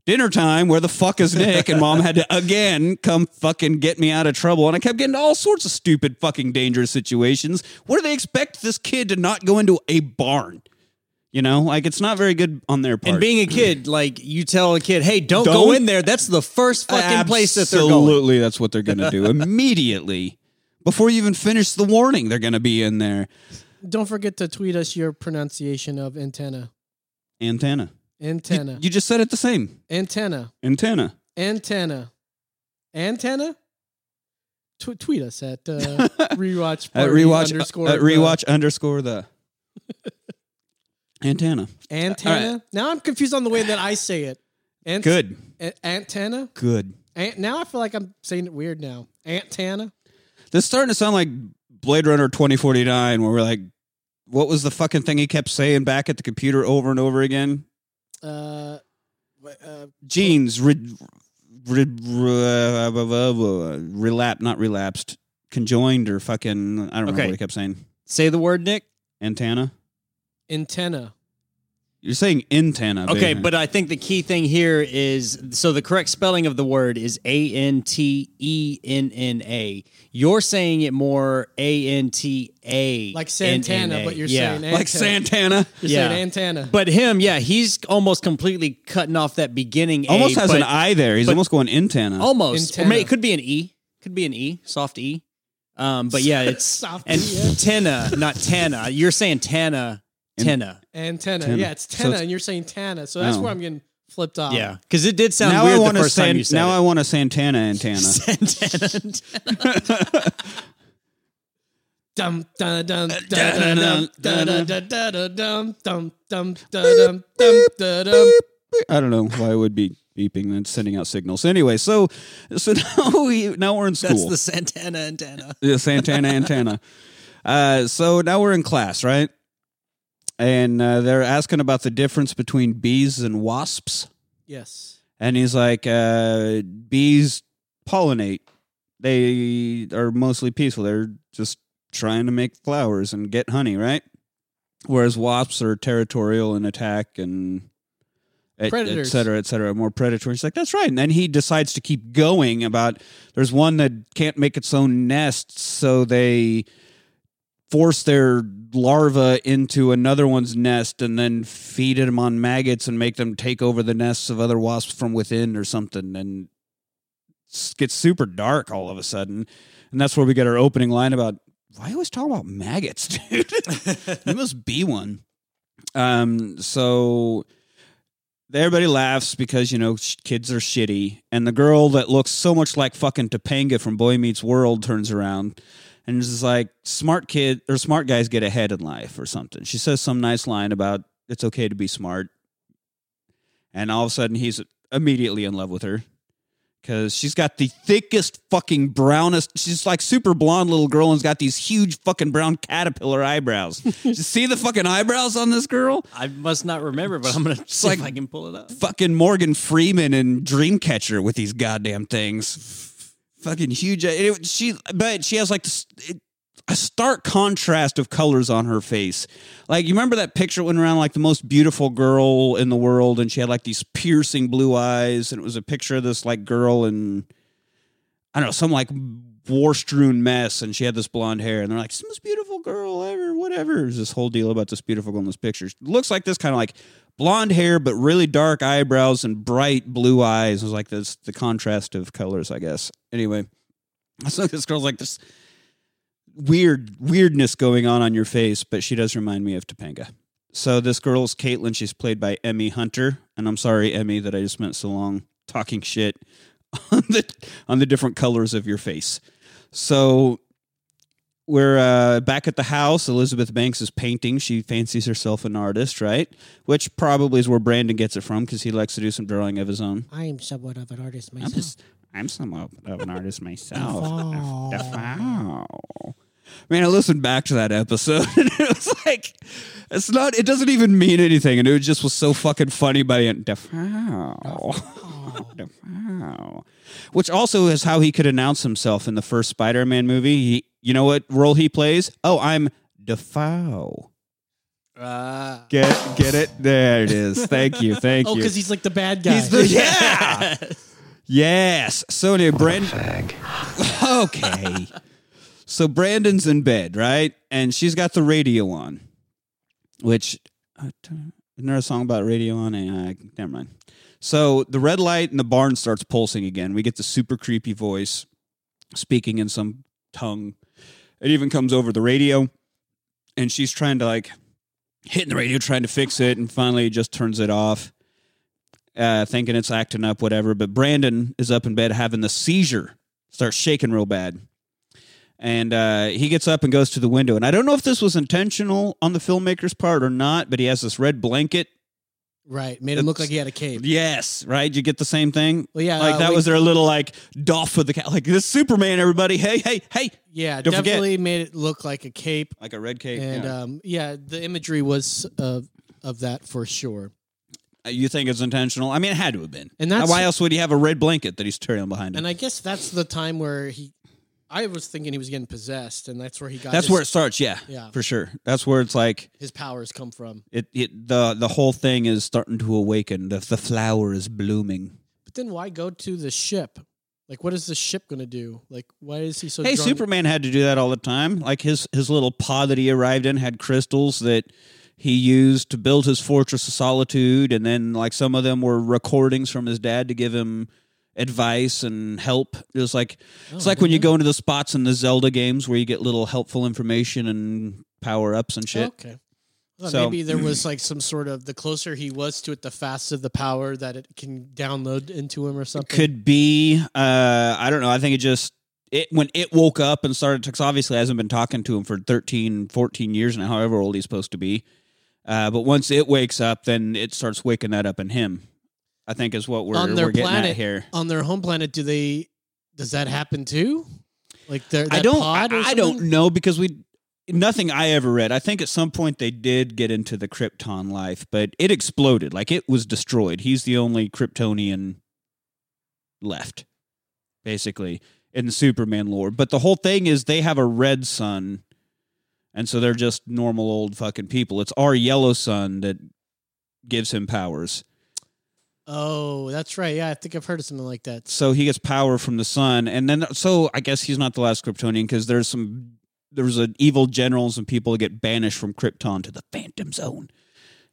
dinner time. Where the fuck is Nick? And mom had to again come fucking get me out of trouble, and I kept getting into all sorts of stupid fucking dangerous situations. What do they expect this kid to not go into a barn? You know, like it's not very good on their part. And being a kid, like you tell a kid, "Hey, don't, go Don't- in there." That's the first fucking place that they're going. Absolutely, that's what they're going to do immediately. Before you even finish the warning, they're going to be in there. Don't forget to tweet us your pronunciation of antenna. Antenna. Antenna. You just said it the same. antenna. Antenna. Antenna. Antenna. Tw- tweet us at uh, rewatch. At party rewatch. uh, underscore at the- rewatch underscore the antenna. Antenna. Now I'm confused on the way that I say it. Ant- Good. a- antenna. Good. Ant- now I feel like I'm saying it weird now. Antenna. This is starting to sound like Blade Runner twenty forty nine, where we're like, what was the fucking thing he kept saying back at the computer over and over again? Uh, wh- uh, Genes. Re- re- re- relap, not relapsed, conjoined, or fucking. I don't remember Okay. what he kept saying. Say the word, Nick. Antenna. antenna. You're saying antenna. Okay, baby. but I think the key thing here is so the correct spelling of the word is A N T E N N A. You're saying it more A N T A. Like Santana, but you're yeah. saying like antenna. Santana You're Yeah. saying antenna. But him, yeah, he's almost completely cutting off that beginning. A, almost has but an I there. He's but- Oh, almost going antenna. Almost. Or Antenna. may- it could be an E. Could be an E, soft E. Um, but yeah, it's Soft and E, yeah. Tana, not Tana. You're saying Tana, Tana. antenna. Tenna. Yeah, it's So tenna, it's- and you're saying tana. So that's Oh. where I'm getting flipped off. Yeah, because it did sound now I weird want the to first time San, you said now I it. want to Santana antenna. Santana. Dum dum dum Uh, dum dum dum dum dum dum dum dum dum dum. I don't know why I would be beeping and sending out signals. Anyway, so so now we now we're in school. That's the Santana antenna. the Santana antenna. Uh, so now we're in class, right? And uh, they're asking about the difference between bees and wasps. Yes. And he's like, uh, bees pollinate. They are mostly peaceful. They're just trying to make flowers and get honey, right? Whereas wasps are territorial and attack and et, et Predators. cetera, et cetera, more predatory. He's like, that's right. And then he decides to keep going about there's one that can't make its own nest, so they force their larva into another one's nest and then feed them on maggots and make them take over the nests of other wasps from within or something and s- gets super dark all of a sudden and that's where we get our opening line about why always talk about maggots dude you must be one um so everybody laughs because you know sh- kids are shitty and the girl that looks so much like fucking topanga from boy meets world turns around and it's just like smart kid or smart guys get ahead in life or something. She says some nice line about it's okay to be smart, and all of a sudden he's immediately in love with her because she's got the thickest fucking brownest. She's like super blonde little girl and's got these huge fucking brown caterpillar eyebrows. you see the fucking eyebrows on this girl? I must not remember, but I'm gonna see like- if I can pull it up. Fucking Morgan Freeman and Dreamcatcher with these goddamn things. Fucking huge. It, she, but she has like this, it, a stark contrast of colors on her face. Like you remember that picture went around like the most beautiful girl in the world, and she had like these piercing blue eyes, and it was a picture of this like girl in I don't know some like war strewn mess, and she had this blonde hair, and they're like "It's the most beautiful girl ever, whatever. There's this whole deal about this beautiful girl in this picture. She looks like this kind of like blonde hair, but really dark eyebrows and bright blue eyes. It was like this the contrast of colors, I guess. Anyway, so this girl's like this weird weirdness going on on your face, but she does remind me of Topanga. So this girl's Caitlin. She's played by Emmy Hunter, and I'm sorry, Emmy, that I just spent so long talking shit on the on the different colors of your face. So we're uh, back at the house. Elizabeth Banks is painting. She fancies herself an artist, right? Which probably is where Brandon gets it from because he likes to do some drawing of his own. I am somewhat of an artist I'm myself. just, I'm somewhat of an artist myself. Defoe. Defoe. Man, I listened back to that episode and it was like, it's not, it doesn't even mean anything. And it just was so fucking funny by the end. Defoe. Defoe. Which also is how he could announce himself in the first Spider Man movie. He, you know what role he plays? Oh, I'm Defoe. Uh, Get get it? There it is. Thank you. Thank oh, you. because he's like the bad guy. He's the yeah. yes. So anyway, Brandon. okay. So Brandon's in bed, right? And she's got the radio on, which I don't- isn't there a song about radio on? Eh, I never mind. So the red light in the barn starts pulsing again. We get the super creepy voice speaking in some tongue. It even comes over the radio, and she's trying to like hitting the radio, trying to fix it, and finally just turns it off uh, thinking it's acting up, whatever. But Brandon is up in bed having the seizure, starts shaking real bad. And uh, he gets up and goes to the window. And I don't know if this was intentional on the filmmaker's part or not, but he has this red blanket. right. Made him look like he had a cape. Yes, right? You get the same thing? Well, yeah, Like uh, that we- was their little like doff of the cat. Like this Superman, everybody. Hey, hey, hey. Yeah, Don't forget- definitely made it look like a cape. Like a red cape. And yeah. um, yeah, the imagery was of of that for sure. you think it's intentional? I mean, it had to have been. uh, And that's- why else would he have a red blanket that he's tearing behind him? And I guess that's the time where he. I was thinking he was getting possessed, and that's where he got. That's his, where it starts. Yeah, Yeah. for sure. That's where it's like his powers come from. It, it the the whole thing is starting to awaken. The the flower is blooming. But then why go to the ship? Like, what is the ship going to do? Like, why is he so? hey, drawn- Superman had to do that all the time. Like his his little pod that he arrived in had crystals that he used to build his fortress of solitude, and then like some of them were recordings from his dad to give him advice and help. It was like it's Oh, like when you okay. go into the spots in the Zelda games where you get little helpful information and power ups and shit. Okay. Well, So- maybe there was like some sort of the closer he was to it, the faster the power that it can download into him or something. could be uh i don't know i think it just it when it woke up and started because obviously hasn't been talking to him for 13 14 years now however old he's supposed to be uh but once it wakes up then it starts waking that up in him i think is what we're, On their we're getting planet, at here on their home planet, do they? Does that happen too? Like their i that don't pod or I, I something? don't know because we nothing i ever read i think at some point they did get into the krypton life but it exploded like it was destroyed he's the only kryptonian left, basically, in the Superman lore. But the whole thing is they have a red sun, and so they're just normal old fucking people. It's our yellow sun that gives him powers. Oh, that's right. Yeah, I think I've heard of something like that. So he gets power from the sun, and then so I guess he's not the last Kryptonian because there's some there was an evil general and some people that get banished from Krypton to the Phantom Zone,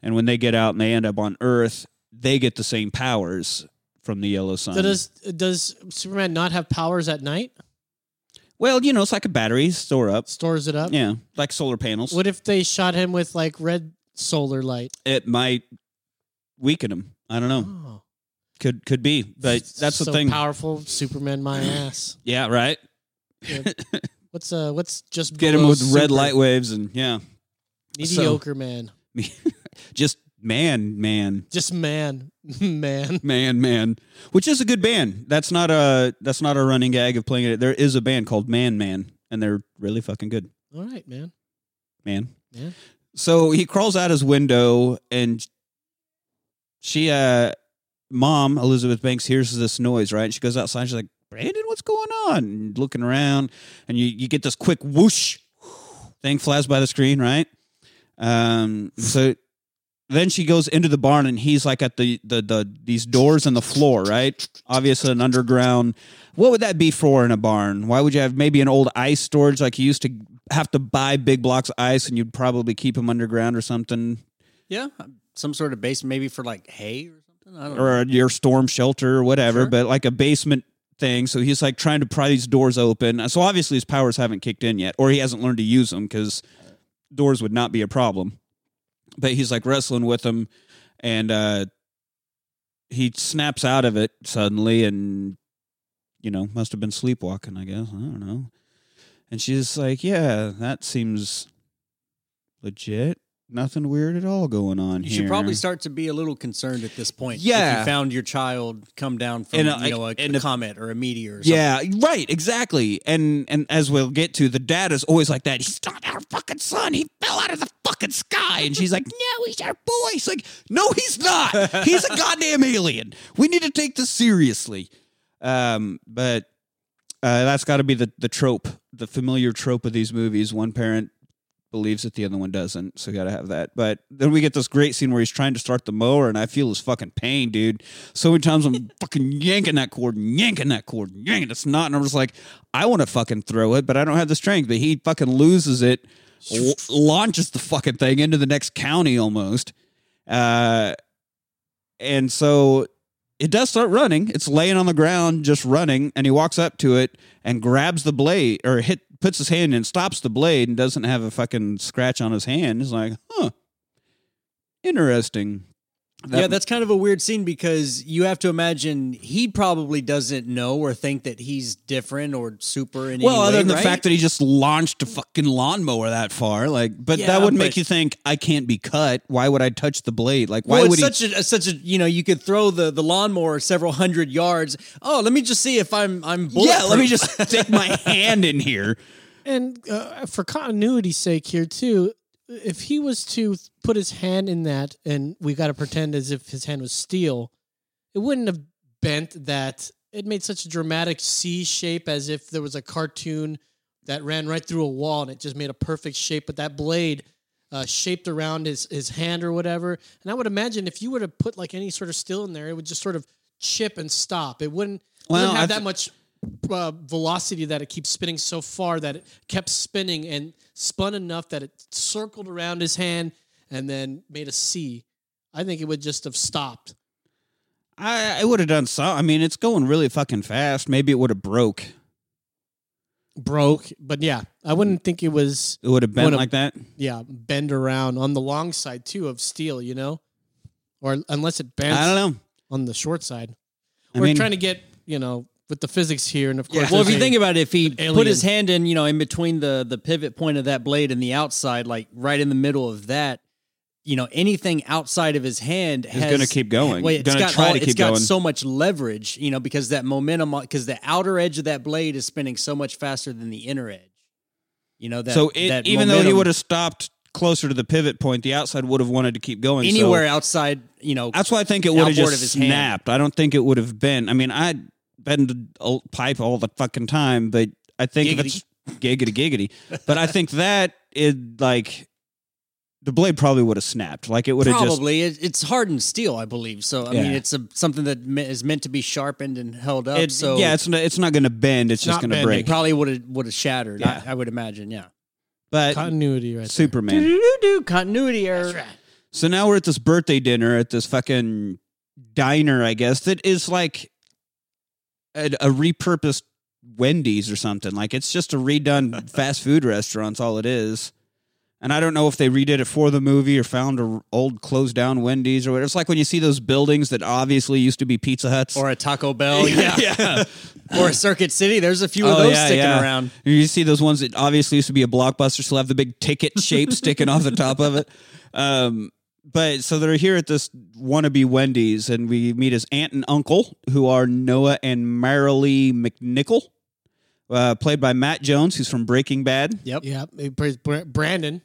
and when they get out and they end up on Earth, they get the same powers from the yellow sun. So does does Superman not have powers at night? well, you know, it's like a battery store up. Stores it up. Yeah, like solar panels. What if they shot him with like red solar light? It might weaken him. I don't know. Oh, Could could be, but that's the so thing. Powerful Superman, my ass. yeah, right. What's uh? What's just Get him below with red super? light waves and yeah, Mediocre man. just Man, man, Just man, man. man, man. Which is a good band. That's not a that's not a running gag of playing it. There is a band called Man Man, and they're really fucking good. All right, man. Man. Yeah. So he crawls out his window, and she, uh, mom Elizabeth Banks, hears this noise. Right, and she goes outside. She's like, Brandon, what's going on? And looking around, and you you get this quick whoosh thing flies by the screen. Right. Um. So. Then she goes into the barn and he's like at the, the, the these doors in the floor, right? Obviously an underground. What would that be for in a barn? Why would you have maybe an old ice storage like you used to have to buy big blocks of ice and you'd probably keep them underground or something Yeah, some sort of basement, maybe for like hay or something. I don't know. or your storm shelter or whatever, Sure. but like a basement thing. So he's like trying to pry these doors open. So obviously his powers haven't kicked in yet, or he hasn't learned to use them because doors would not be a problem. But he's like wrestling with them and uh, he snaps out of it suddenly and, you know, must have been sleepwalking, I guess. I don't know. And she's like, yeah, that seems legit. Nothing weird at all going on You here. should probably start to be a little concerned at this point. if Yeah. you found your child come down from And, uh, you know a, and a a- comet or a meteor. Or Yeah, right, exactly. And and as we'll get to, the dad is always like that. He's not our fucking son. He fell out of the fucking sky. And she's like, No, he's our boy. He's like, No, he's not. He's a goddamn alien. We need to take this seriously. Um, but uh, that's got to be the the trope, the familiar trope of these movies. One parent believes it, the other one doesn't. So got to have that. But then we get this great scene where he's trying to start the mower, and I feel his fucking pain, dude. So many times I'm fucking yanking that cord, and yanking that cord, and yanking it's not, and I'm just like, I want to fucking throw it, but I don't have the strength. But he fucking loses it, l- launches the fucking thing into the next county almost. Uh, and so it does start running. It's laying on the ground, just running, and he walks up to it and grabs the blade or hit puts his hand in, stops the blade, and doesn't have a fucking scratch on his hand. He's like, huh. Interesting. something. yeah, that's kind of a weird scene because you have to imagine he probably doesn't know or think that he's different or super in well, any other way, than the right? fact that he just launched a fucking lawnmower that far, like, but Yeah, that would but- make you think I can't be cut. Why would I touch the blade? Like, why well, would it's he? such a such a you know you could throw the the lawnmower several hundred yards. Oh, let me just see if I'm I'm yeah, let me bulletproof. just stick my hand in here. And uh, for continuity's sake here too, if he was to put his hand in that, and we got to pretend as if his hand was steel, it wouldn't have bent that. It made such a dramatic C shape as if there was a cartoon that ran right through a wall, and it just made a perfect shape. But that blade. Uh, shaped around his, his hand or whatever, and I would imagine if you would have put like any sort of steel in there, it would just sort of chip and stop. It wouldn't, it Well, wouldn't have I that much uh, velocity that it keeps spinning so far that it kept spinning and spun enough that it circled around his hand and then made a C. I think it would just have stopped. I, I would have done so. I mean, it's going really fucking fast. Maybe it would have broke. Broke, but yeah, I wouldn't think it was It would have been Would've- like that. yeah bend around on the long side too of steel, you know, or unless it bends I don't know. on the short side. I We're mean- trying to get you know with the physics here, and of course, Well, if there's you a- think about it, if he put alien. his hand in, you know, in between the the pivot point of that blade and the outside, like right in the middle of that, you know, anything outside of his hand It's is gonna keep going. Well, it's Gonna got try all- to It's keep got going. so much leverage, you know, because that momentum, because the outer edge of that blade is spinning so much faster than the inner edge. You know that. so it, that even though he momentum would have stopped closer to the pivot point, the outside would have wanted to keep going. so- anywhere outside, you know, that's why I think it would have outboard of just his hand. snapped. I don't think it would have been. I mean, I bend a l- pipe all the fucking time, but I think if it's giggity giggity. but I think that it like the blade probably would have snapped. Like it would have just probably it, it's hardened steel, I believe. So I mean, Yeah. it's a, something that me- is meant to be sharpened and held up. it, so yeah, it's not, it's not going to bend. It's, just not going to bending. break. It probably would have would have shattered. Yeah. I, I would imagine. Yeah. But continuity right there. Superman. Do continuity error. So now we're at this birthday dinner at this fucking diner, I guess, that is like a, a repurposed Wendy's or something. Like it's just a redone fast food restaurant's all it is. And I don't know if they redid it for the movie or found an old closed down Wendy's or whatever. It's like when you see those buildings that obviously used to be Pizza Huts. Or a Taco Bell, yeah. yeah. or a Circuit City. There's a few of Oh, those yeah, sticking yeah. around. You see those ones that obviously used to be a blockbuster, still have the big ticket shape sticking off the top of it. Um, but so they're here at this wannabe Wendy's, and we meet his aunt and uncle, who are Noah and Marilee McNichol, uh, played by Matt Jones, who's from Breaking Bad. Yep. Yeah, he plays Bra- Brandon.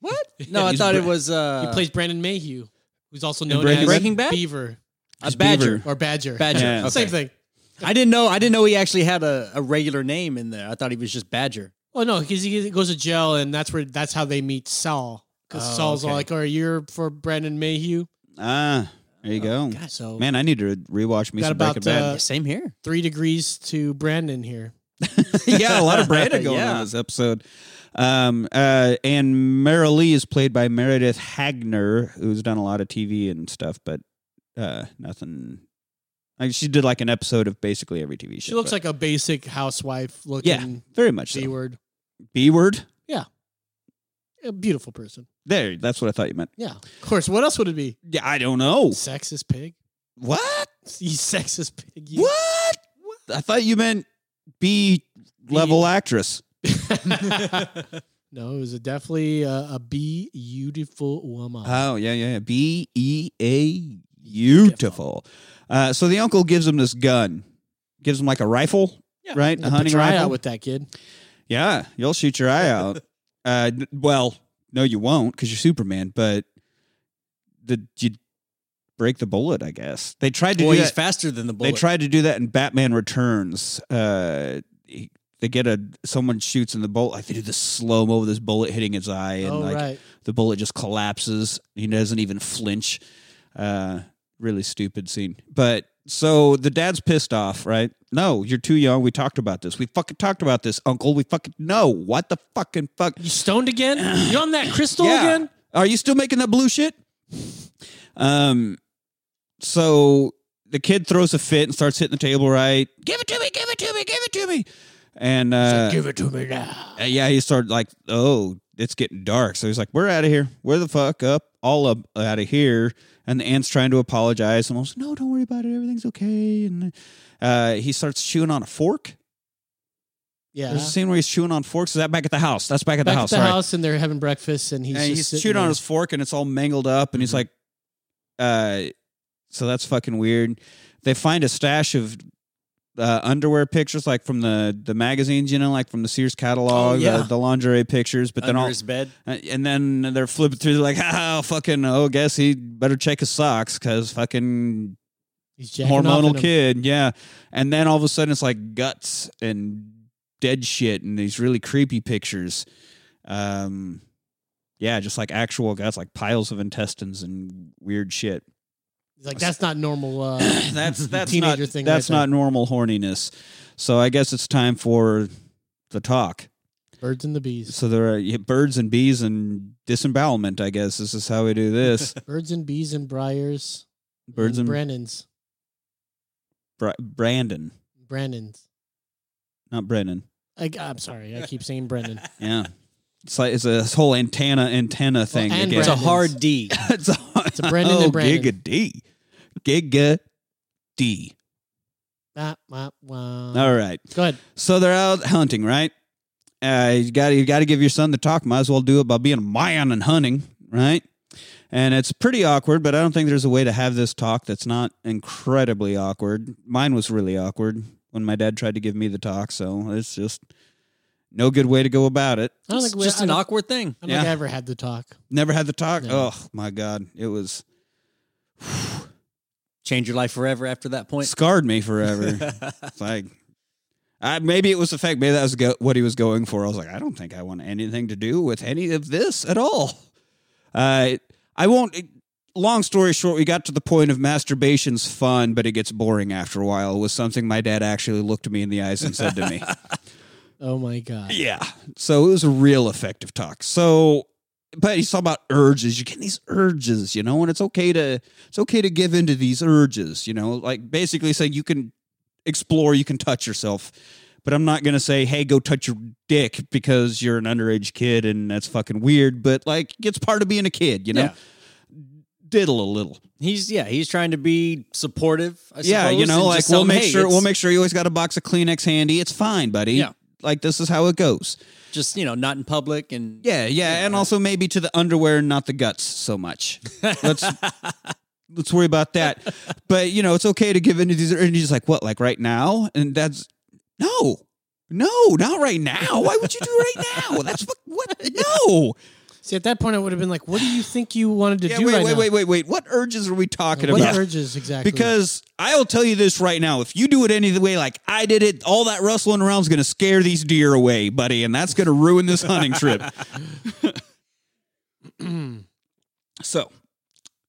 What? No, I He's thought it Bra- was uh, He plays Brandon Mayhew, who's also known Breaking as Bad? Breaking Bad? Beaver a He's badger. Beaver. or Badger. Badger. Yeah. Okay. Same thing. I didn't know. I didn't know he actually had a, a regular name in there. I thought he was just Badger. Oh no, because he goes to jail, and that's where that's how they meet Saul. Because Oh, Saul's all okay. like, "Are you for Brandon Mayhew?" Ah, there you Oh, go. So Man, I need to rewatch me Oh, Got some about, Breaking Bad. Uh, same here. three degrees to Brandon here. yeah, a lot of Brandon going Yeah. on this episode. Um, uh, and Marilee is played by Meredith Hagner, who's done a lot of TV and stuff, but uh, nothing. Like she did like an episode of basically every TV show. She looks like a basic housewife yeah, looking very much B so. word. B word. A beautiful person. There, that's what I thought you meant. Yeah, of course. What else would it be? Yeah, I don't know. Sexist pig. What? You sexist pig. you. What? I thought you meant B level actress. no, it was a definitely uh, a beautiful woman. Oh yeah, yeah, yeah. B E A beautiful. Uh, so the uncle gives him this gun, gives him like a rifle, Yeah. right? A Put hunting your eye rifle. out with that kid. yeah, you'll shoot your eye out. uh, n- well, no, you won't because you're Superman. But the you break the bullet, I guess. They tried to Boy, do he's that. faster than the They bullet. tried to do that in Batman Returns. Uh, he- they get a someone shoots in the bullet. Like they do the slow mo of this bullet hitting his eye, and oh like right. the bullet just collapses. He doesn't even flinch. Uh, really stupid scene. But so the dad's pissed off, right? No, you're too young. We talked about this. We fucking talked about this, uncle. We fucking no. What the fucking fuck? You stoned again? you on that crystal again? Are you still making that blue shit? Um, so the kid throws a fit and starts hitting the table. Right? Give it to me. Give it to me. Give it to me. And uh, Give it to me now. uh, yeah, he started like, oh, it's getting dark. So he's like, we're out of here. We're the fuck up, all up out of here. And the ant's trying to apologize. And I was no, don't worry about it. Everything's okay. And uh, he starts chewing on a fork. Yeah. There's a scene where he's chewing on forks. Is that back at the house? That's back at Back the house. at the Sorry. house, and they're having breakfast, and he's and just he's, sitting chewing on there. Mm-hmm. his fork and it's all mangled up. And he's like, uh, so that's fucking weird. They find a stash of uh, underwear pictures, like from the, the magazines, you know, like from the Sears catalog, Oh, yeah. the, the lingerie pictures. But under then all, his bed. Uh, And then they're flipping through, they're like, oh, fucking, oh, guess he better check his socks because fucking He's jacking off in hormonal him. kid. Yeah. And then all of a sudden it's like guts and dead shit and these really creepy pictures. Um, yeah, just like actual guts, like piles of intestines and weird shit. He's like, that's not normal. Uh, That's that's Teenager not thing that's right there. not normal horniness. So I guess it's time for the talk. birds and the bees. So there are yeah, birds and bees and disembowelment. I guess this is how we do this. Birds and bees and briars. Birds and Brennan's. Bra- Brandon, Brennan's. not Brennan. I, I'm sorry. I keep saying Brennan. Yeah, it's like it's a this whole antenna antenna thing. and again. It's a Brandon's. hard D. it's a, it's a Brendan and Brandon. Giga D, Giga D. Ah, wah, wah. All right, Go ahead. so they're out hunting, right? Uh, you got you got to give your son the talk. Might as well do it by being a man and hunting, right? And it's pretty awkward, but I don't think there's a way to have this talk that's not incredibly awkward. Mine was really awkward when my dad tried to give me the talk, so it's just no good way to go about it. I don't It's think we, just I an don't, awkward thing. I don't think yeah. I ever had the talk. Never had the talk. No. Oh my god, it was Change your life forever after that point. scarred me forever. it's like, I, maybe it was the fact. Maybe that was go, what he was going for. I was like, I don't think I want anything to do with any of this at all. Uh, I won't. Long story short, we got to the point of masturbation's fun, but it gets boring after a while. Was something my dad actually looked me in the eyes and said to me. Oh my god. Yeah. So it was a real effective talk. So, but he's talking about urges. You're getting these urges, you know, and it's okay to it's okay to give into these urges, you know, like basically saying you can explore, you can touch yourself, but I'm not gonna say, hey, go touch your dick because you're an underage kid and that's fucking weird. But like, it's part of being a kid, you know. Yeah. Diddle a little, He's yeah. He's trying to be supportive. I yeah. You suppose, know, and like just tell we'll him, make "Hey, sure it's- we'll make sure you always got a box of Kleenex handy. It's fine, buddy. Yeah. like this is how it goes. Just you know, not in public and Yeah, yeah, and also maybe to the underwear and not the guts so much. Let's let's worry about that. But you know, it's okay to give into these. And he's like, "What? Like right now?" And that's no, no, not right now. Why would you do right now? That's what. what? No. See, at that point, I would have been like, "What do you think you wanted to Yeah. do Wait. right wait. now? Wait. Wait. Wait. What urges are we talking what about? urges exactly?" Because I'll tell you this right now: if you do it any way like I did it, all that rustling around is going to scare these deer away, buddy, and that's going to ruin this hunting trip. so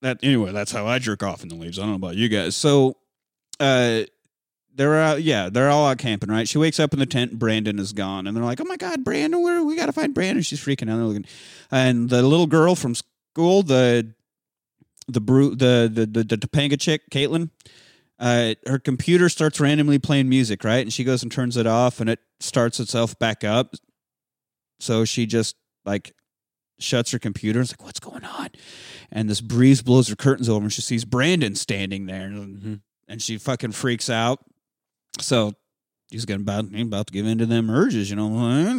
that anyway, that's how I jerk off in the leaves. I don't know about you guys. So, uh, they're out. Yeah, they're all out camping. Right? She wakes up in the tent. and Brandon is gone, and they're like, "Oh my god, Brandon! Where we got to find Brandon?" She's freaking out. They're looking, and the little girl from school, the the bru- the the the, the Topanga chick, Caitlin. Uh, her computer starts randomly playing music, right? And she goes and turns it off, and it starts itself back up. So she just like shuts her computer. And it's like, what's going on? And this breeze blows her curtains over, and she sees Brandon standing there, and, Mhm. and she fucking freaks out. So he's gonna about he's about to give in to them urges, you know.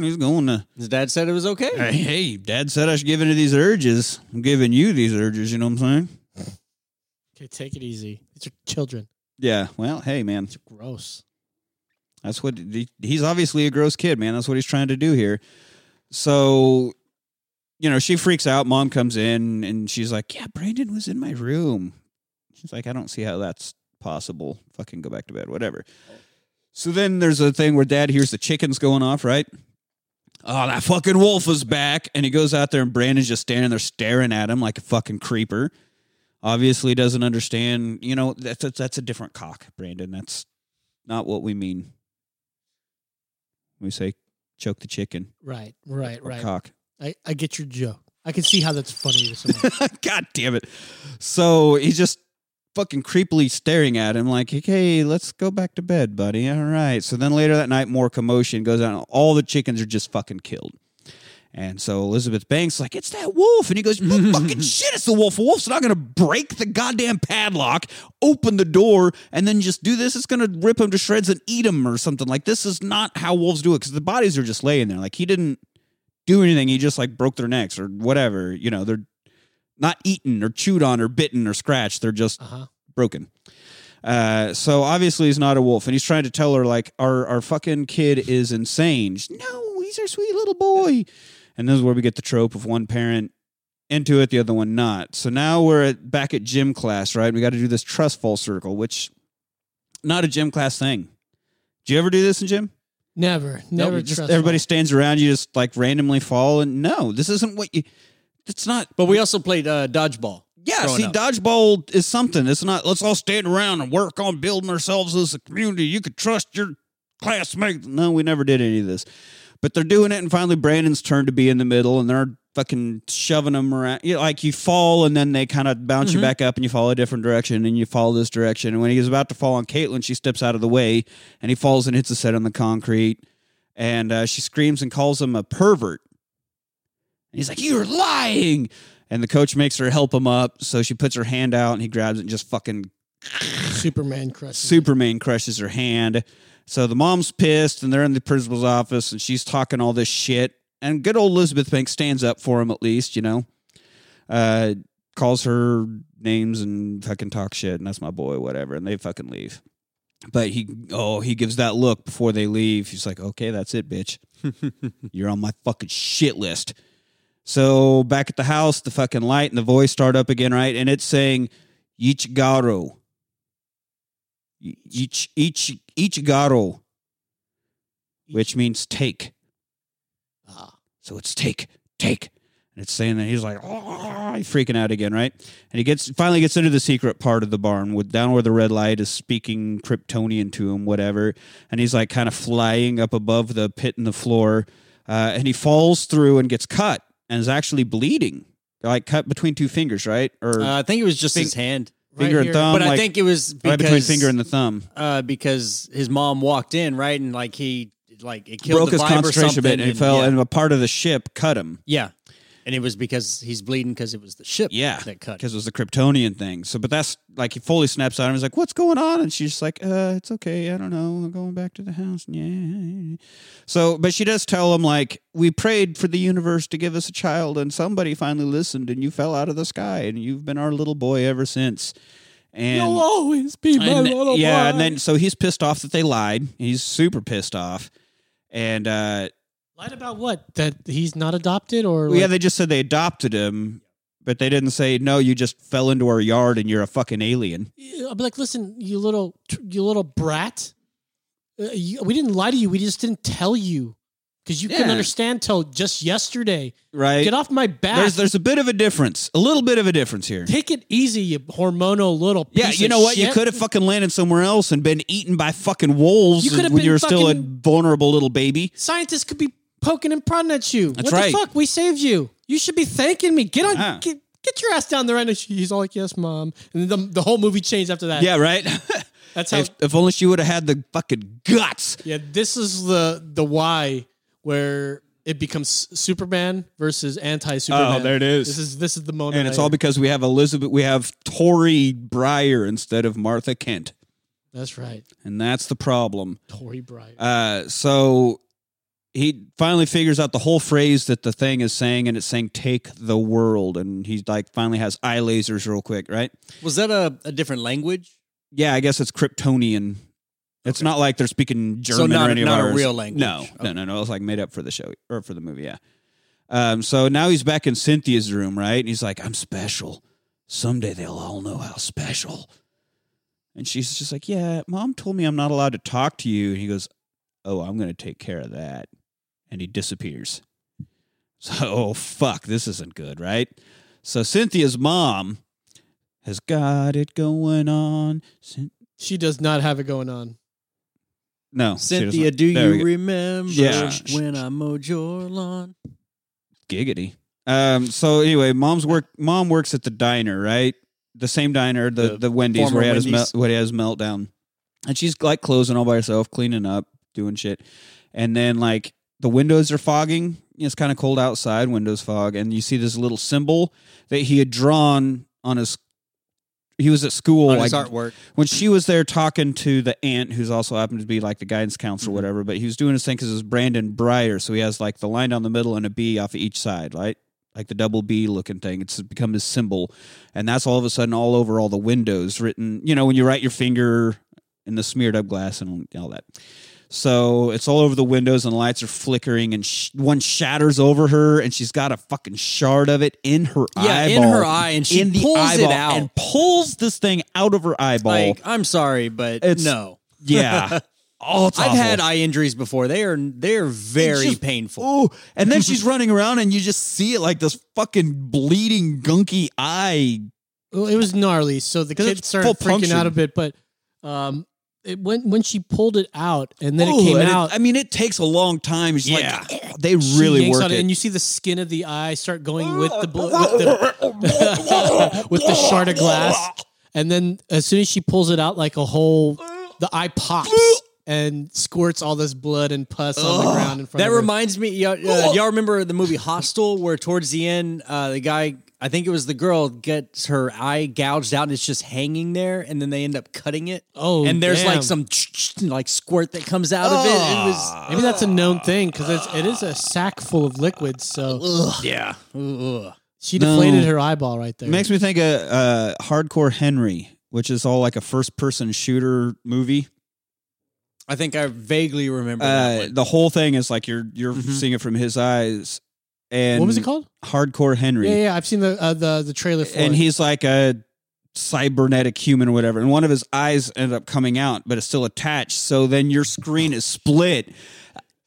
He's going to His dad said it was okay. hey, hey, Dad said I should give in to these urges. I'm giving you these urges, you know what I'm saying? okay, take it easy. It's your children. Yeah. Well, hey, man, It's gross. that's what he- he's obviously a gross kid, man. That's what he's trying to do here. So, you know, she freaks out. Mom comes in and she's like, "Yeah, Brandon was in my room." She's like, "I don't see how that's possible. Fucking go back to bed, whatever." So then there's a thing where Dad hears the chickens going off, right? Oh, that fucking wolf is back, and he goes out there, and Brandon's just standing there staring at him like a fucking creeper. Obviously, doesn't understand. You know, that's that's, that's a different cock, Brandon. That's not what we mean. We say choke the chicken Right, right, or right. cock. I, I get your joke. I can see how that's funny to someone. God damn it. So he's just fucking creepily staring at him like, hey, let's go back to bed, buddy. All right. So then later that night, more commotion goes on. All the chickens are just fucking killed. And so Elizabeth Banks is like, it's that wolf. And he goes, "No fucking shit, it's the wolf. A wolf's not going to break the goddamn padlock, open the door, and then just do this. It's going to rip him to shreds and eat him or something. Like, this is not how wolves do it because the bodies are just laying there. Like, he didn't do anything. He just, like, broke their necks or whatever. You know, they're not eaten or chewed on or bitten or scratched. They're just Uh huh. broken. Uh, so obviously he's not a wolf, and he's trying to tell her like our our fucking kid is insane. She's, no, he's our sweet little boy. And this is where we get the trope of one parent into it, the other one not. So now we're at, back at gym class, right? We got to do this trust fall circle, which not a gym class thing. Do you ever do this in gym? Never, never just trust. everybody someone. stands around you, just like randomly fall, and no, this isn't what you. It's not But we also played uh, dodgeball. yeah, growing see, up. dodgeball is something. It's not. Let's all stand around and work on building ourselves as a community. You could trust your classmates. No, we never did any of this, but they're doing it, and finally Brandon's turn to be in the middle, and they're fucking shoving them around. You know, like you fall, and then they kind of bounce Mm-hmm. you back up, and you fall a different direction, and you fall this direction. And when he was about to fall on Caitlin, she steps out of the way, and he falls and hits his head on the concrete, and uh, she screams and calls him a pervert. And he's like, You're lying. And the coach makes her help him up. So she puts her hand out and he grabs it and just fucking Superman crush. Superman crushes her hand. So the mom's pissed and they're in the principal's office and she's talking all this shit. And good old Elizabeth Banks stands up for him at least, you know. Uh, calls her names and fucking talk shit and that's my boy, whatever. And they fucking leave. But he, oh, he gives that look before they leave. He's like, okay, that's it, bitch. You're on my fucking shit list. So back at the house, the fucking light and the voice start up again, right? And it's saying Ichigaru. I- Ich, ich, Ichigaru, which means take. Ah. So it's take, take. And it's saying that he's like, oh, he's freaking out again, right? And he gets finally gets into the secret part of the barn, with down where the red light is speaking Kryptonian to him, whatever. And he's like kind of flying up above the pit in the floor, uh, and he falls through and gets cut and is actually bleeding, like cut between two fingers, right, or Uh, I think it was just Think- his hand, right finger and here. thumb, but I like, think it was because right between finger and the thumb. uh, because his mom walked in right and like he like it killed broke the his vibe or concentration something bit and, he fell, yeah. and a part of the ship cut him. yeah. and it was because he's bleeding because it was the ship Yeah, that cut. because it was the Kryptonian thing. So, but that's like he fully snaps out and is like, "What's going on?" And she's just like, "Uh, it's okay. I don't know. I'm going back to the house." Yeah. So, but she does tell him like, "We prayed for the universe to give us a child, and somebody finally listened, and you fell out of the sky, and you've been our little boy ever since." And You'll always be my and- little yeah, and boy. then so he's pissed off that they lied. He's super pissed off, and uh, lied about what? That he's not adopted, or well, yeah, like- they just said they adopted him, but they didn't say no. You just fell into our yard and you're a fucking alien. I'll be like, listen, you little, you little brat. Uh, you, we didn't lie to you. We just didn't tell you because you couldn't Yeah. understand till just yesterday. Right? Get off my back. There's there's a bit of a difference, a little bit of a difference here. Take it easy, you hormonal little. Yeah, piece you of know what? You shit. could have fucking landed somewhere else and been eaten by fucking wolves You could have when been you were still a fucking- vulnerable little baby. Scientists could be poking and prodding at you. That's what right. Uh-huh. the fuck? We saved you. You should be thanking me. Get on. Yeah. Get, get your ass down there. And she- he's all like, "Yes, mom." And the the whole movie changed after that. Yeah, right. that's how. if, if only she would have had the fucking guts. Yeah, this is the the why where it becomes Superman versus anti-Superman. Oh, there it is. This is this is the moment. And it's right all here. because we have Elizabeth, we have Tory Breyer instead of Martha Kent, that's right. and that's the problem. Tory Bryant. Uh, so he finally figures out the whole phrase that the thing is saying, and it's saying "take the world," and he like finally has eye lasers real quick, right? was that a, a different language? Yeah, I guess it's Kryptonian. It's not like they're speaking German not or a- any of not a ours. real language. No, no, no, no. It was like made up for the show or for the movie. Yeah. Um, so now he's back in Cynthia's room, right? And he's like, "I'm special. Someday they'll all know how special." And she's just like, "Yeah, mom told me I'm not allowed to talk to you." And he goes, "Oh, I'm going to take care of that." And he disappears. So, oh fuck, this isn't good, right? So Cynthia's mom has got it going on. Cyn- she does not have it going on. no, she doesn't. Cynthia, do There we you go. remember Yeah. when I mowed your lawn? giggity? Um. So anyway, mom's work. Mom works at the diner, right? The same diner, the The the, Wendy's former where he had his mel- Wendy's. where he had his meltdown, and she's like closing all by herself, cleaning up, doing shit, and then like the windows are fogging. It's kind of cold outside. Windows fog, and you see this little symbol that he had drawn on his. He was at school, on like his artwork. when she was there talking to the aunt, who's also happened to be like the guidance Mm-hmm. counselor or whatever, but he was doing his thing because it's Brandon Breyer. So he has like the line down the middle and a B off of each side, right? Like the double B looking thing. It's become his symbol. And that's all of a sudden all over all the windows written, you know, when you write your finger in the smeared up glass and all that. So it's all over the windows and the lights are flickering and sh- one shatters over her and she's got a fucking shard of it in her Yeah, eyeball. in her eye, and she in the pulls eyeball it out. and pulls this thing out of her eyeball. like, I'm sorry, but It's- no. Yeah. Oh, it's I've awful. had eye injuries before. They are they are very It's just- painful. Oh, and then she's running around, and you just see it like this fucking bleeding, gunky eye. Well, it was gnarly, so the 'Cause kids it's started full freaking out punctured. a bit. But um, it, when when she pulled it out and then Oh, it came and out, I mean, it takes a long time. She's Yeah. like, "Oh," they she really yanks work on it. and you see the skin of the eye start going with the bl- with the with the shard of glass, and then as soon as she pulls it out, like a whole, the eye pops and squirts all this blood and pus on the ground in front. That of her. reminds me, y'all, uh, y'all remember the movie Hostel, where towards the end, uh, the guy, I think it was the girl, gets her eye gouged out and it's just hanging there, and then they end up cutting it. Oh, and there's like damn. some like squirt that comes out of it. It was Maybe that's a known thing because it is a sack full of liquids. So Yeah. Ugh. she No. deflated her eyeball right there. It makes me think of uh, Hardcore Henry, which is all like a first-person shooter movie. I think I vaguely remember that Uh, one. the whole thing is like you're you're Mhm. seeing it from his eyes. And what was it called? Hardcore Henry. Yeah, yeah, I've seen the uh, the the trailer for and it. he's like a cybernetic human or whatever and one of his eyes ended up coming out but it's still attached so then your screen is split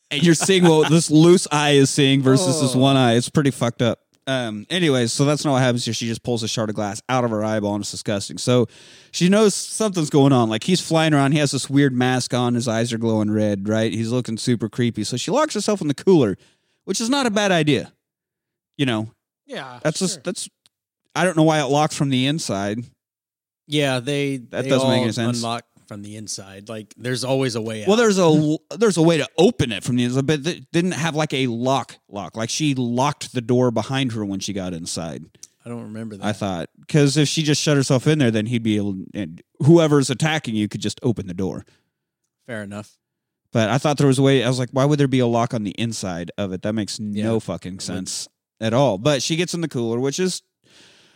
and you're seeing what this loose eye is seeing versus this one eye it's pretty fucked up um anyways so that's not what happens here she just pulls a shard of glass out of her eyeball and it's disgusting so she knows something's going on like he's flying around he has this weird mask on his eyes are glowing red right he's looking super creepy so she locks herself in the cooler which is not a bad idea you know yeah, that's sure. just that's. I don't know why it locks from the inside. Yeah, they that doesn't make any sense. Unlock from the inside. Like there's always a way out. Well, there's a there's a way to open it from the inside, but it didn't have like a lock lock. Like she locked the door behind her when she got inside. I don't remember that. I thought because if she just shut herself in there, then he'd be able, and whoever's attacking you could just open the door. Fair enough. But I thought there was a way. I was like, why would there be a lock on the inside of it? That makes Yeah. no fucking sense at all. But she gets in the cooler, which is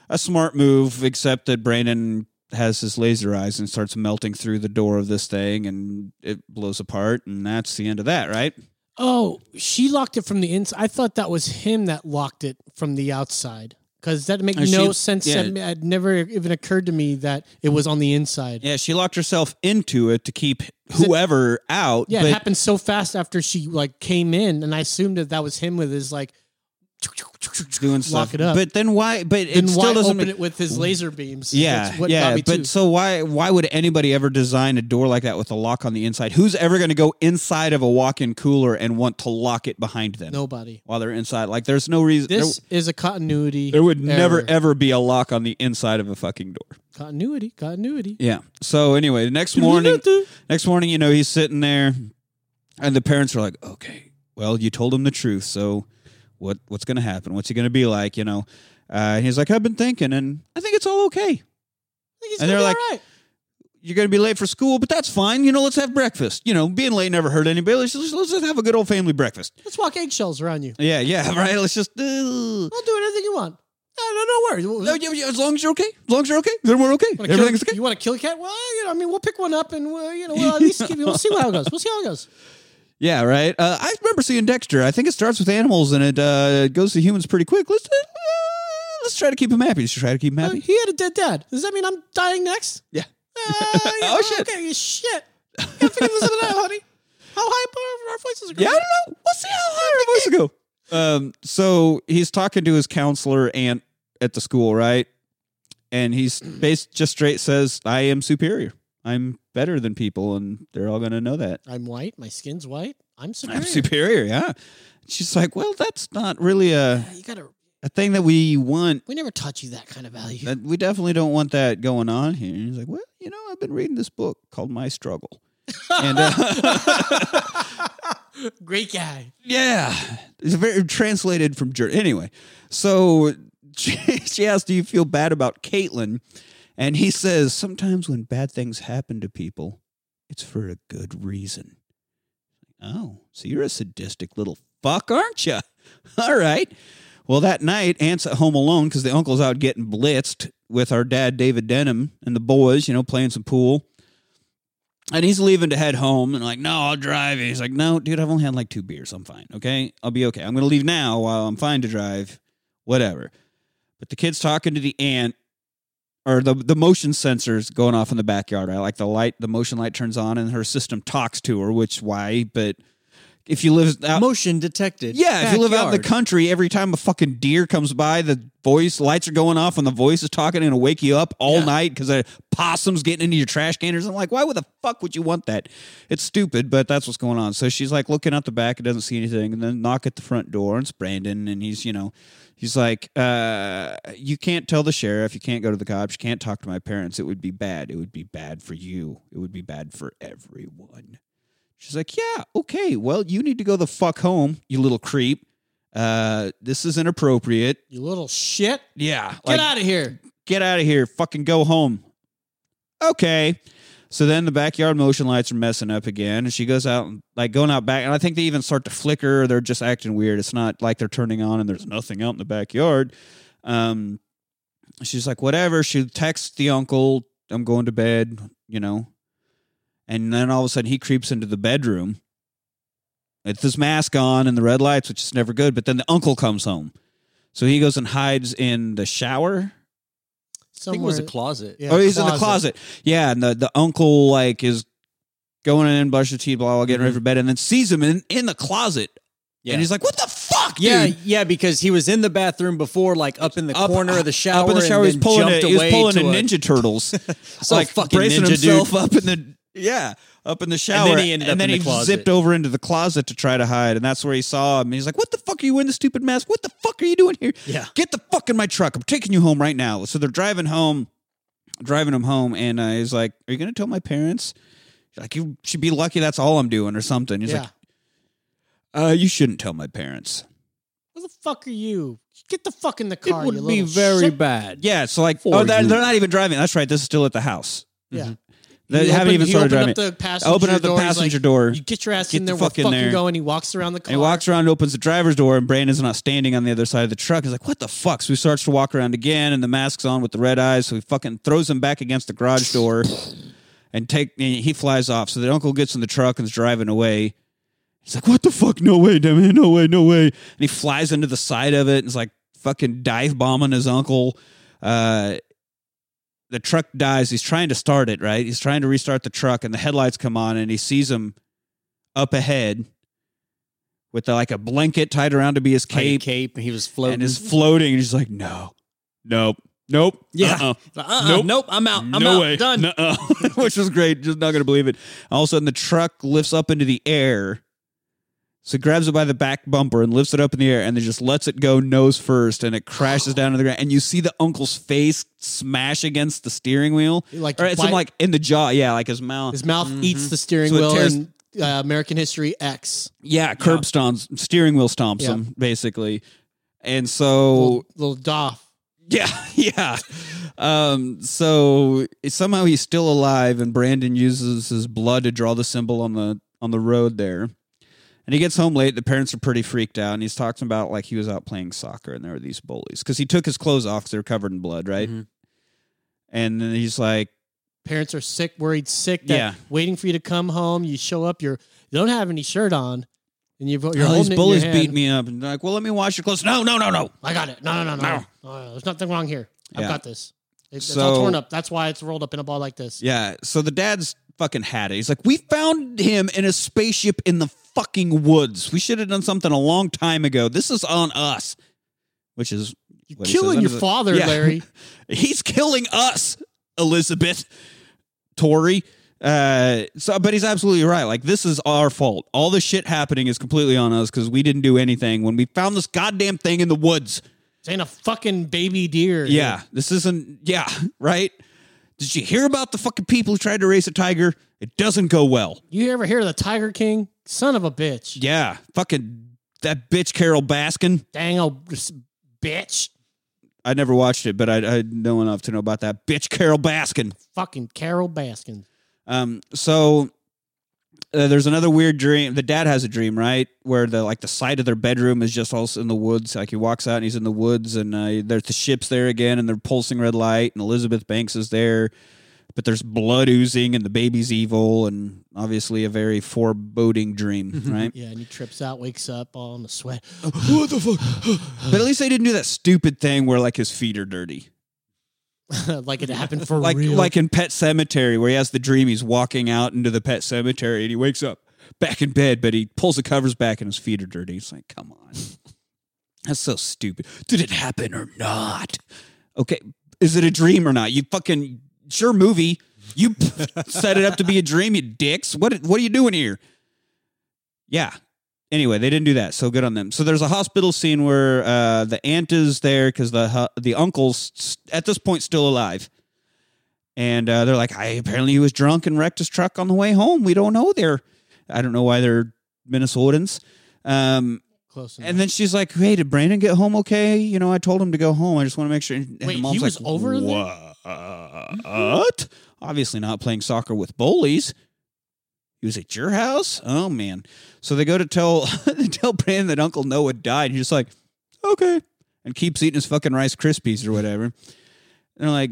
a smart move, except that Brandon has his laser eyes and starts melting through the door of this thing and it blows apart. And that's the end of that, right? Oh, she locked it from the inside. I thought that was him that locked it from the outside because that make Uh, she- no sense. yeah. That It never even occurred to me that it was on the inside. Yeah, she locked herself into it to keep whoever out. Yeah, but it happened so fast after she like came in, and I assumed that that was him with his like doing lock stuff. it up. But then why? But it then still why doesn't open make it with his laser beams? Yeah, That's what yeah, got me but too. so why why would anybody ever design a door like that with a lock on the inside? Who's ever going to go inside of a walk-in cooler and want to lock it behind them nobody. while they're inside? Like, there's no reason. there- This is a continuity. there, would never error. ever be a lock on the inside of a fucking door. continuity. Continuity. Yeah. So anyway, the next morning, next morning, you know, he's sitting there, and the parents are like, "Okay, well, you told him the truth, so what what's going to happen? What's he going to be like? You know?" Uh, and he's like, "I've been thinking, and I think it's all okay." and they're like, right. you're going to be late for school, but that's fine. You know, let's have breakfast. You know, being late never hurt anybody. Let's just, let's just have a good old family breakfast. let's walk eggshells around you. Yeah, yeah, right. Let's just. Uh, I'll do anything you want. No, no, no worries. We'll- no, yeah, yeah, as long as you're okay, as long as you're okay, then we're okay. Wanna kill- Everything's okay. You want to kill a cat? Well, you know, I mean, we'll pick one up and we'll, you know, we'll at least give, we'll see how it goes. We'll see how it goes. Yeah, right. Uh, I remember seeing Dexter. I think it starts with animals and it uh, goes to humans pretty quick. Let's uh, let's try to keep him happy. Just try to keep him Uh, happy. he had a dead dad. Does that mean I'm dying next? Yeah. Uh, Oh, shit. Okay, shit. Gotta figure this out, honey. How high up are our voices? Yeah, I don't know. We'll see how high our voice go. Um, so he's talking to his counselor aunt at the school, right? And he's based just straight says, "I am superior. I'm better than people, and they're all going to know that I'm white. My skin's white. I'm superior. I'm superior." Yeah. She's like, "Well, that's not really a You gotta. a thing that we want. We never taught you that kind of value. That we definitely don't want that going on here." And he's like, "Well, you know, I've been reading this book called My Struggle." and uh, Great guy. Yeah, it's very translated from Jer- anyway. So she, she asks, "Do you feel bad about Caitlin?" And he says, "Sometimes when bad things happen to people, it's for a good reason." Oh, so you're a sadistic little fuck, aren't you? All right. Well, that night, Aunt's at home alone because the uncle's out getting blitzed with our dad, David Denham, and the boys, you know, playing some pool. And he's leaving to head home and like, no, I'll drive. And he's like, no, dude, I've only had like two beers. I'm fine. Okay. I'll be okay. I'm going to leave now while I'm fine to drive, whatever. But the kid's talking to the aunt or the, the motion sensors going off in the backyard, right? Like the light, the motion light turns on and her system talks to her, which why, but if you live out, Motion detected. Uh, yeah, if you live out in the Backyard. country, every time a fucking deer comes by, the voice lights are going off and the voice is talking and it'll wake you up all Yeah. night because a possum's getting into your trash can or something. Like, why would the fuck would you want that? It's stupid, but that's what's going on. So she's like looking out the back and doesn't see anything, and then knock at the front door and it's Brandon, and he's you know. He's like, uh, you can't tell the sheriff, you can't go to the cops, you can't talk to my parents. It would be bad. It would be bad for you. It would be bad for everyone. She's like, Yeah, okay. Well, you need to go the fuck home, you little creep. Uh, this is inappropriate. You little shit. Yeah. Get Get out of here. Get out of here. Fucking go home. Okay. So then the backyard motion lights are messing up again, and she goes out and like going out back, and I think they even start to flicker. They're just acting weird. It's not like they're turning on and there's nothing out in the backyard. Um, she's like, whatever. She texts the uncle, "I'm going to bed," you know, and then all of a sudden he creeps into the bedroom with his mask on and the red lights, which is never good. But then the uncle comes home, so he goes and hides in the shower. I think it was a Somewhere- closet. Yeah, Oh, he's in the closet. Yeah, and the, the uncle like is going in, brush your teeth, blah blah, getting ready for bed, and then sees him in, in the closet, Yeah. and he's like, "What the fuck, Yeah, dude?" yeah, because he was in the bathroom before, like up in the Up- uh, corner of the shower. Up in the and shower, he's then pulling jumped a, he was away pulling a to Ninja Turtles, So fucking bracing ninja, dude. himself up in the yeah, up in the shower, then he ended up in then the he closet. zipped over into the closet to try to hide, and that's where he saw him. And he's like, "What the fuck are you in the stupid mask? What the fuck are you doing here? Yeah. get the fuck in my truck. I'm taking you home right now." So they're driving home. driving him home, and uh, he's like, "Are you going to tell my parents?" She's like, "You should be lucky that's all I'm doing, or something." He's yeah. like, uh, "You shouldn't tell my parents." Who the fuck are you? Get the fuck in the car. it you would be little very shit. bad. Yeah, so like, For oh, they're, you. they're not even driving. That's right. This is still at the house. Yeah. They He Mm-hmm. haven't opened- even he started opened driving. up the passenger Open up the door, he's passenger like, door. You get your ass Get in the there. We're fuck in fucking there. going. He walks around the car. And he walks around, opens the driver's door, and Brandon's not standing on the other side of the truck. He's like, "What the fuck?" So he starts to walk around again, and the mask's on with the red eyes. So he fucking throws him back against the garage door, and take and he flies off. So the uncle gets in the truck and's driving away. He's like, "What the fuck? No way, damn it, no way, no way!" And he flies into the side of it and is like fucking dive bombing his uncle. Uh, the truck dies. He's trying to start it, right? He's trying to restart the truck, and the headlights come on, and he sees him up ahead with uh, like a blanket tied around to be his Like a cape, cape. and He was floating. and is floating. And he's like, no, nope, nope, Yeah. uh-uh, uh-uh, Nope. nope. I'm out. I'm no out. way, Done. nuh-uh." which was great. Just not gonna believe it. All of a sudden, the truck lifts up into the air. So he grabs it by the back bumper and lifts it up in the air, and then just lets it go nose first, and it crashes down to the ground. And you see the uncle's face smash against the steering wheel, Like, or it's bite- like in the jaw, yeah, like his mouth. Mm-hmm. his mouth eats the steering So it wheel tears- in uh, American History X. Yeah, curb stomps, steering wheel stomps Yeah. him basically, and so Little, little doff. yeah, yeah. Um, so somehow he's still alive, and Brandon uses his blood to draw the symbol on the on the road there. And he gets home late. The parents are pretty freaked out, and he's talking about like he was out playing soccer, and there were these bullies because he took his clothes off because they were covered in blood, right? Mm-hmm. Mhm. And then he's like, Parents are sick, worried, sick. That Yeah. Waiting for you to come home. You show up. You're you don't have any shirt on, and you've, you're "Oh, holding these it in bullies your hand. beat me up," and they're like, "Well, let me wash your clothes." No, no, no, no. I got it. No, no, no, no. Uh, there's nothing wrong here. I've Yeah. got this. It- It's all So- torn up. That's why it's rolled up in a ball like this. Yeah. So the dad's fucking had it. He's like, we found him in a spaceship in the fucking woods. We should have done something a long time ago. This is on us. Which is You're What he says killing under your the- father, Yeah. Larry. he's killing us, Elizabeth Tory. Uh, so, but he's absolutely right. Like, this is our fault. All this shit happening is completely on us because we didn't do anything when we found this goddamn thing in the woods. This ain't a fucking baby deer. Yeah, this isn't. Yeah, right. Did you hear about the fucking people who tried to race a tiger? It doesn't go well. You ever hear of the Tiger King? Son of a bitch. Yeah, fucking that bitch Carol Baskin. Dang old s- bitch. I never watched it, but I, I know enough to know about that bitch Carol Baskin. Fucking Carol Baskin. Um, so uh, there's another weird dream. The dad has a dream, right, where the like the side of their bedroom is just all in the woods. Like he walks out and he's in the woods, and uh, there's the ships there again, and they're pulsing red light, and Elizabeth Banks is there, but there's blood oozing, and the baby's evil, and obviously a very foreboding dream, right? Yeah, and he trips out, wakes up all in a sweat. what the fuck? But at least they didn't do that stupid thing where like his feet are dirty. like it happened for like real. like in Pet Cemetery, where he has the dream he's walking out into the pet cemetery and he wakes up back in bed, but he pulls the covers back and his feet are dirty. He's like, come on. That's so stupid. Did it happen or not? Okay. Is it a dream or not? You fucking sure movie. You set it up to be a dream, you dicks. What what are you doing here? Yeah. Anyway, they didn't do that, so good on them. So there's a hospital scene where uh, the aunt is there because the hu- the uncle's s- at this point still alive, and uh, they're like, "I apparently he was drunk and wrecked his truck on the way home. We don't know there. I don't know why they're Minnesotans." Um, Close enough. and then she's like, "Hey, did Brandon get home okay? You know, I told him to go home. I just want to make sure." And Wait, the mom's he was like, over there? What? Obviously, not playing soccer with bullies. He was at your house. Oh man! So they go to tell they tell Brandon that Uncle Noah died. He's just like, "Okay," and keeps eating his fucking Rice Krispies or whatever. And they're like,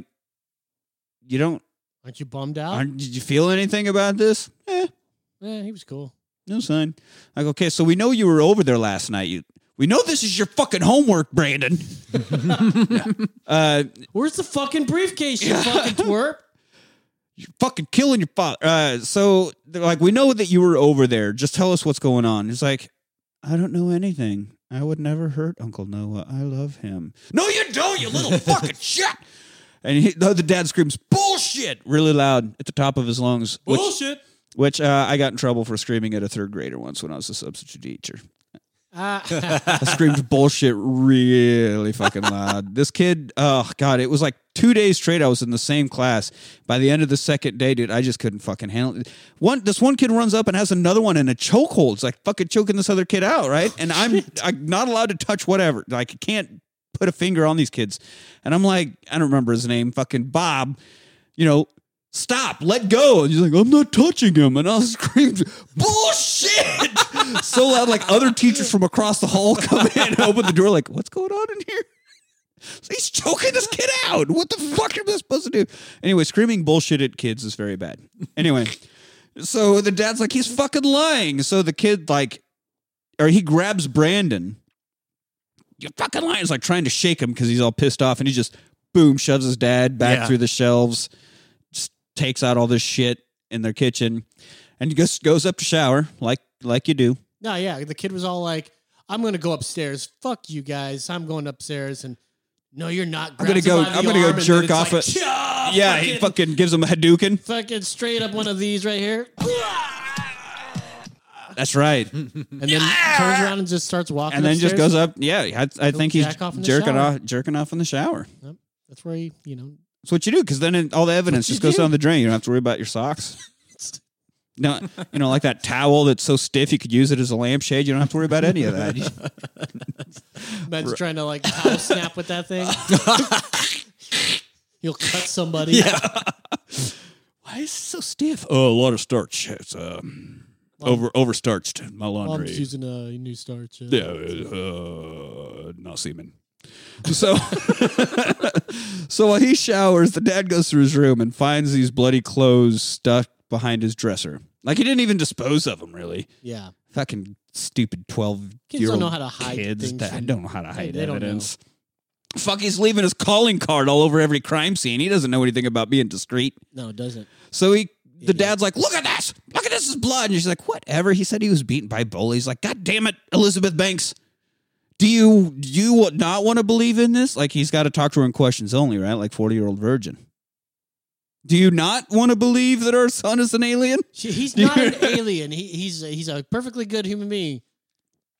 "You don't? Aren't you bummed out? Oh. Aren't, did you feel anything about this?" Eh, Yeah, he was cool. no sign. Like, okay, so we know you were over there last night. You, we know this is your fucking homework, Brandon. uh, Where's the fucking briefcase, you fucking twerp? you're fucking killing your father. Uh, so they're like, we know that you were over there. Just tell us what's going on. He's like, I don't know anything. I would never hurt Uncle Noah. I love him. No, you don't, you little fucking shit. And he, the other dad screams bullshit really loud at the top of his lungs, which, Bullshit. which uh, I got in trouble for screaming at a third grader once when I was a substitute teacher. Ah. I screamed bullshit really fucking loud. This kid, oh god, it was like two days straight. I was in the same class. By the end of the second day, dude, I just couldn't fucking handle it. One, this one kid runs up and has another one in a chokehold. It's like fucking choking this other kid out, right? And I'm, I'm not allowed to touch whatever. Like I can't put a finger on these kids. And I'm like, I don't remember his name, fucking Bob. You know. Stop! Let go! And he's like, I'm not touching him, and I screamed, "Bullshit!" so loud, like other teachers from across the hall come in and open the door, like, what's going on in here? He's choking this kid out. What the fuck am I supposed to do? Anyway, screaming bullshit at kids is very bad. Anyway, so the dad's like, he's fucking lying. So the kid, like, or he grabs Brandon. You're fucking lying. He's like trying to shake him because he's all pissed off and he just, boom, shoves his dad back Yeah. through the shelves, just takes out all this shit in their kitchen and he just goes up to shower like, like you do. no, yeah. The kid was all like, I'm going to go upstairs. Fuck you guys. I'm going upstairs. And no, you're not. I'm gonna Grabs go. him by the I'm gonna go arm, and then jerk it's off like, a. Yeah, he fucking gives him a Hadouken. Fucking straight up one of these right here. That's right, And then turns around and just starts walking. and then just upstairs. goes up. Yeah, I, I think he's jack off in the jerking shower. off, jerking off in the shower. That's where he, you know, That's what you do, because then it, all the evidence you just goes do. down the drain. You don't have to worry about your socks. No, you know, like that towel that's so stiff you could use it as a lampshade. You don't have to worry about any of that. Ben's trying to like towel snap with that thing. You'll cut somebody. Why is it so stiff? Oh, a lot of starch. It's um, over overstarched. My Mom's using a new starch. uh, uh, not semen. So, so while he showers, the dad goes through his room and finds these bloody clothes stuck behind his dresser. Like he didn't even dispose of them, really. Yeah. Fucking stupid twelve Kids year old don't know how to hide kids things that from- don't know how to hide they don't evidence. Fuck, he's leaving his calling card all over every crime scene. He doesn't know anything about being discreet. No, it doesn't. So he, the dad's like, look at this, look at this is blood, and she's like, whatever. He said he was beaten by bullies. Like, god damn it, Elizabeth Banks, do you do you not want to believe in this? Like, he's got to talk to her in questions only, right? Like forty year old virgin. Do you not want to believe that our son is an alien? She, he's not an alien. He, he's he's a perfectly good human being.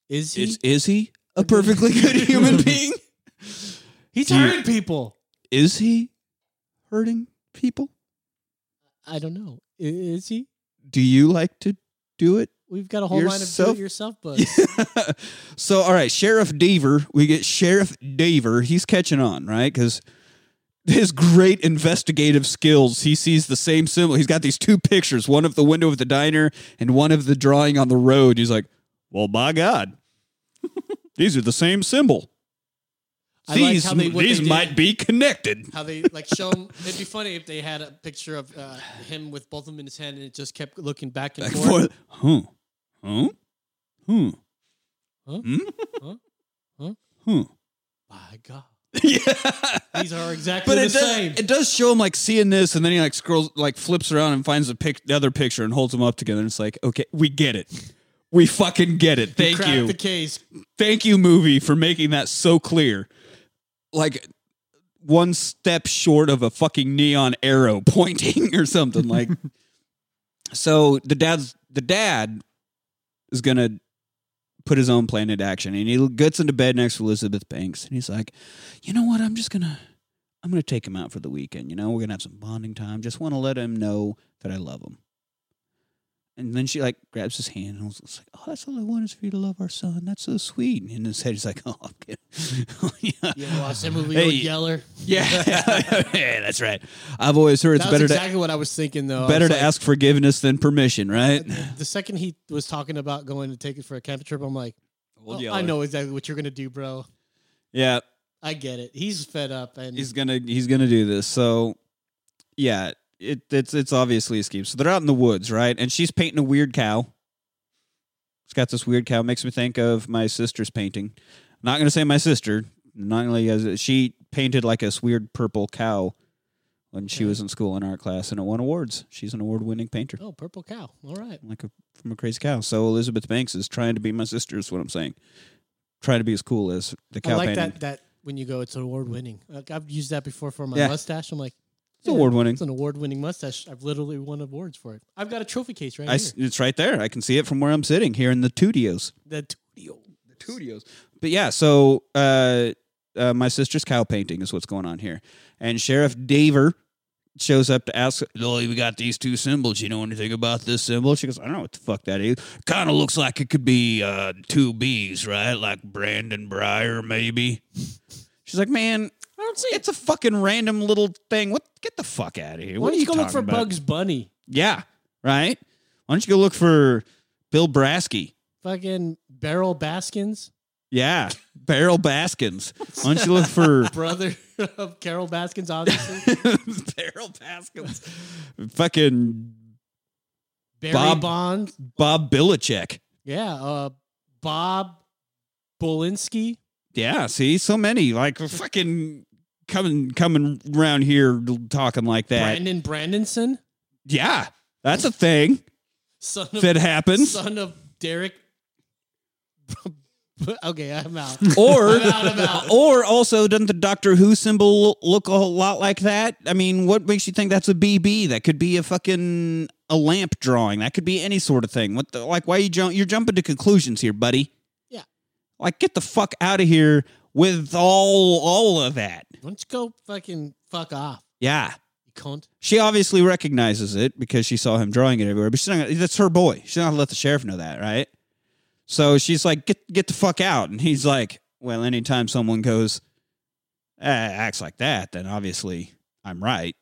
Is he? Is is he a perfectly good human being? he's do you- hurting people. Is he hurting people? I don't know. I- Is he? Do you like to do it? We've got a whole line Yourself? of do it yourself books. so, all right, Sheriff Deaver, we get Sheriff Deaver. He's catching on, right? Because his great investigative skills, he sees the same symbol. He's got these two pictures, one of the window of the diner and one of the drawing on the road. He's like, well, by God, these are the same symbol. I like These, how they- what these they did. might be connected. How they like show him? It'd be funny if they had a picture of uh, him with both of them in his hand, and it just kept looking back and Like, for, forth. huh? Huh? Huh? Huh? Hmm? Huh? Huh? Huh? Huh? My God, Yeah. these are exactly But the it does, same. it does show him like seeing this, and then he like scrolls, like flips around and finds the, pic- the other picture and holds them up together. And it's like, okay, we get it. We fucking get it. Thank Crack you. The case. Thank you, movie, for making that so clear. Like one step short of a fucking neon arrow pointing or something. Like, so the dad's, the dad is going to put his own plan into action and he gets into bed next to Elizabeth Banks and he's like, you know what? I'm just going to, I'm going to take him out for the weekend. You know, we're going to have some bonding time. Just want to let him know that I love him. And then she like grabs his hand and was just like, oh, that's all I want is for you to love our son. That's so sweet. And in his head, he's like, oh, I'm kidding. yeah. You ever watch that movie, Hey. Old Yeller? Yeah. Yeah, that's right. I've always heard it's That's better exactly what I was thinking, though. to I better was to like- ask forgiveness than permission, right? The second he was talking about going to take it for a camping trip, I'm like, Old "Oh, Yeller. I know exactly what you're gonna do, bro. Yeah. I get it. He's fed up, and he's gonna he's gonna do this. So yeah, it, it's it's obviously a scheme. So they're out in the woods, right? And she's painting a weird cow. She's got this weird cow. Makes me think of my sister's painting. I'm not gonna say my sister. I'm not gonna let you guys- she painted like this weird purple cow when she Okay. was in school in art class and it won awards. She's an award winning painter. oh, purple cow. All right, Like a from a crazy cow. So Elizabeth Banks is trying to be my sister is what I'm saying. Trying to be as cool as the cow I like painting. that. That when you go, it's an award winning. Like, I've used that before for my Yeah. mustache. I'm like, It's award winning. it's an award winning mustache. I've literally won awards for it. I've got a trophy case right I here. s it's right there. I can see it from where I'm sitting here in the studios. the studio. Studios. But yeah, so uh, uh, my sister's cow painting is what's going on here, and Sheriff Daver shows up to ask, "Lily, we got these two symbols. You know anything about this symbol?" She goes, "I don't know what the fuck that is. Kind of looks like it could be uh, two bees, right? Like Brandon Breyer, maybe." She's like, "Man." I don't see it's a fucking random little thing. What? Get the fuck out of here! Why what don't are you go look talking for about? Bugs Bunny? Yeah, right. Why don't you go look for Bill Brasky? Fucking Barrel Baskins, Yeah, Barrel Baskins. Why don't you look for brother of Carol Baskins, obviously. Barrel Baskins? Fucking Barry Bob- Bonds. Bob Billichek. Yeah. Uh, Bob Bolinsky. Yeah, see, so many like fucking coming coming around here talking like that. Brandon Brandonson. Yeah, that's a thing Son of, that happens. son of Derek. okay, I'm out. Or, I'm out, I'm out. or also, doesn't the Doctor Who symbol look a lot like that? I mean, what makes you think that's a BB? That could be a fucking a lamp drawing. That could be any sort of thing. What the like? Why you jump? You're jumping to conclusions here, buddy. Yeah. Like, get the fuck out of here with all all of that. Why don't you go fucking fuck off, Yeah. you cunt? She obviously recognizes it because she saw him drawing it everywhere. But she's not. gonna- That's her boy. She's not gonna let the sheriff know that, right? So she's like, "Get get the fuck out!" And he's like, "Well, anytime someone goes, eh, acts like that, then obviously I'm right."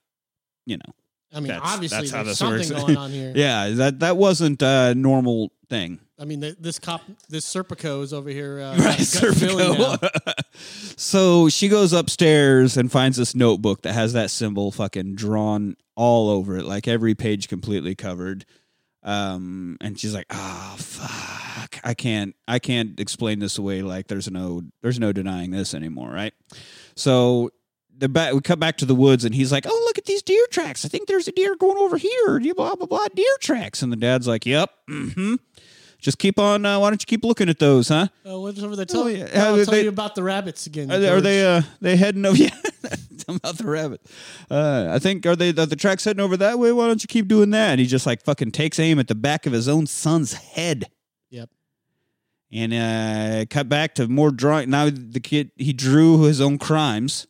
You know, I mean, That's- obviously that's how there's this works. something going on here. yeah. That that wasn't a normal thing. I mean, th this cop, this Serpico is over here. Uh, Right, gut feeling now. Serpico. so she goes upstairs and finds this notebook that has that symbol fucking drawn all over it, like every page completely covered. Um, and she's like, "Ah, fuck! I can't, I can't explain this away. Like, there's no, there's no denying this anymore, right?" So the back, we cut back to the woods, and he's like, "Oh, look at these deer tracks! I think there's a deer going over here." Blah blah blah, deer tracks. And the dad's like, "Yep, mm-hmm. Just keep on. Uh, why don't you keep looking at those, huh?" Uh, what's over there? Tell, Oh, oh, yeah. tell, Uh, tell they- you about the rabbits again. Are they, are George. they uh they heading over yeah Tell 'em about the rabbit. Uh I think are they are the tracks heading over that way? Why don't you keep doing that? And he just like fucking takes aim at the back of his own son's head. Yep. And uh cut back to more drawing now the kid he drew his own crimes,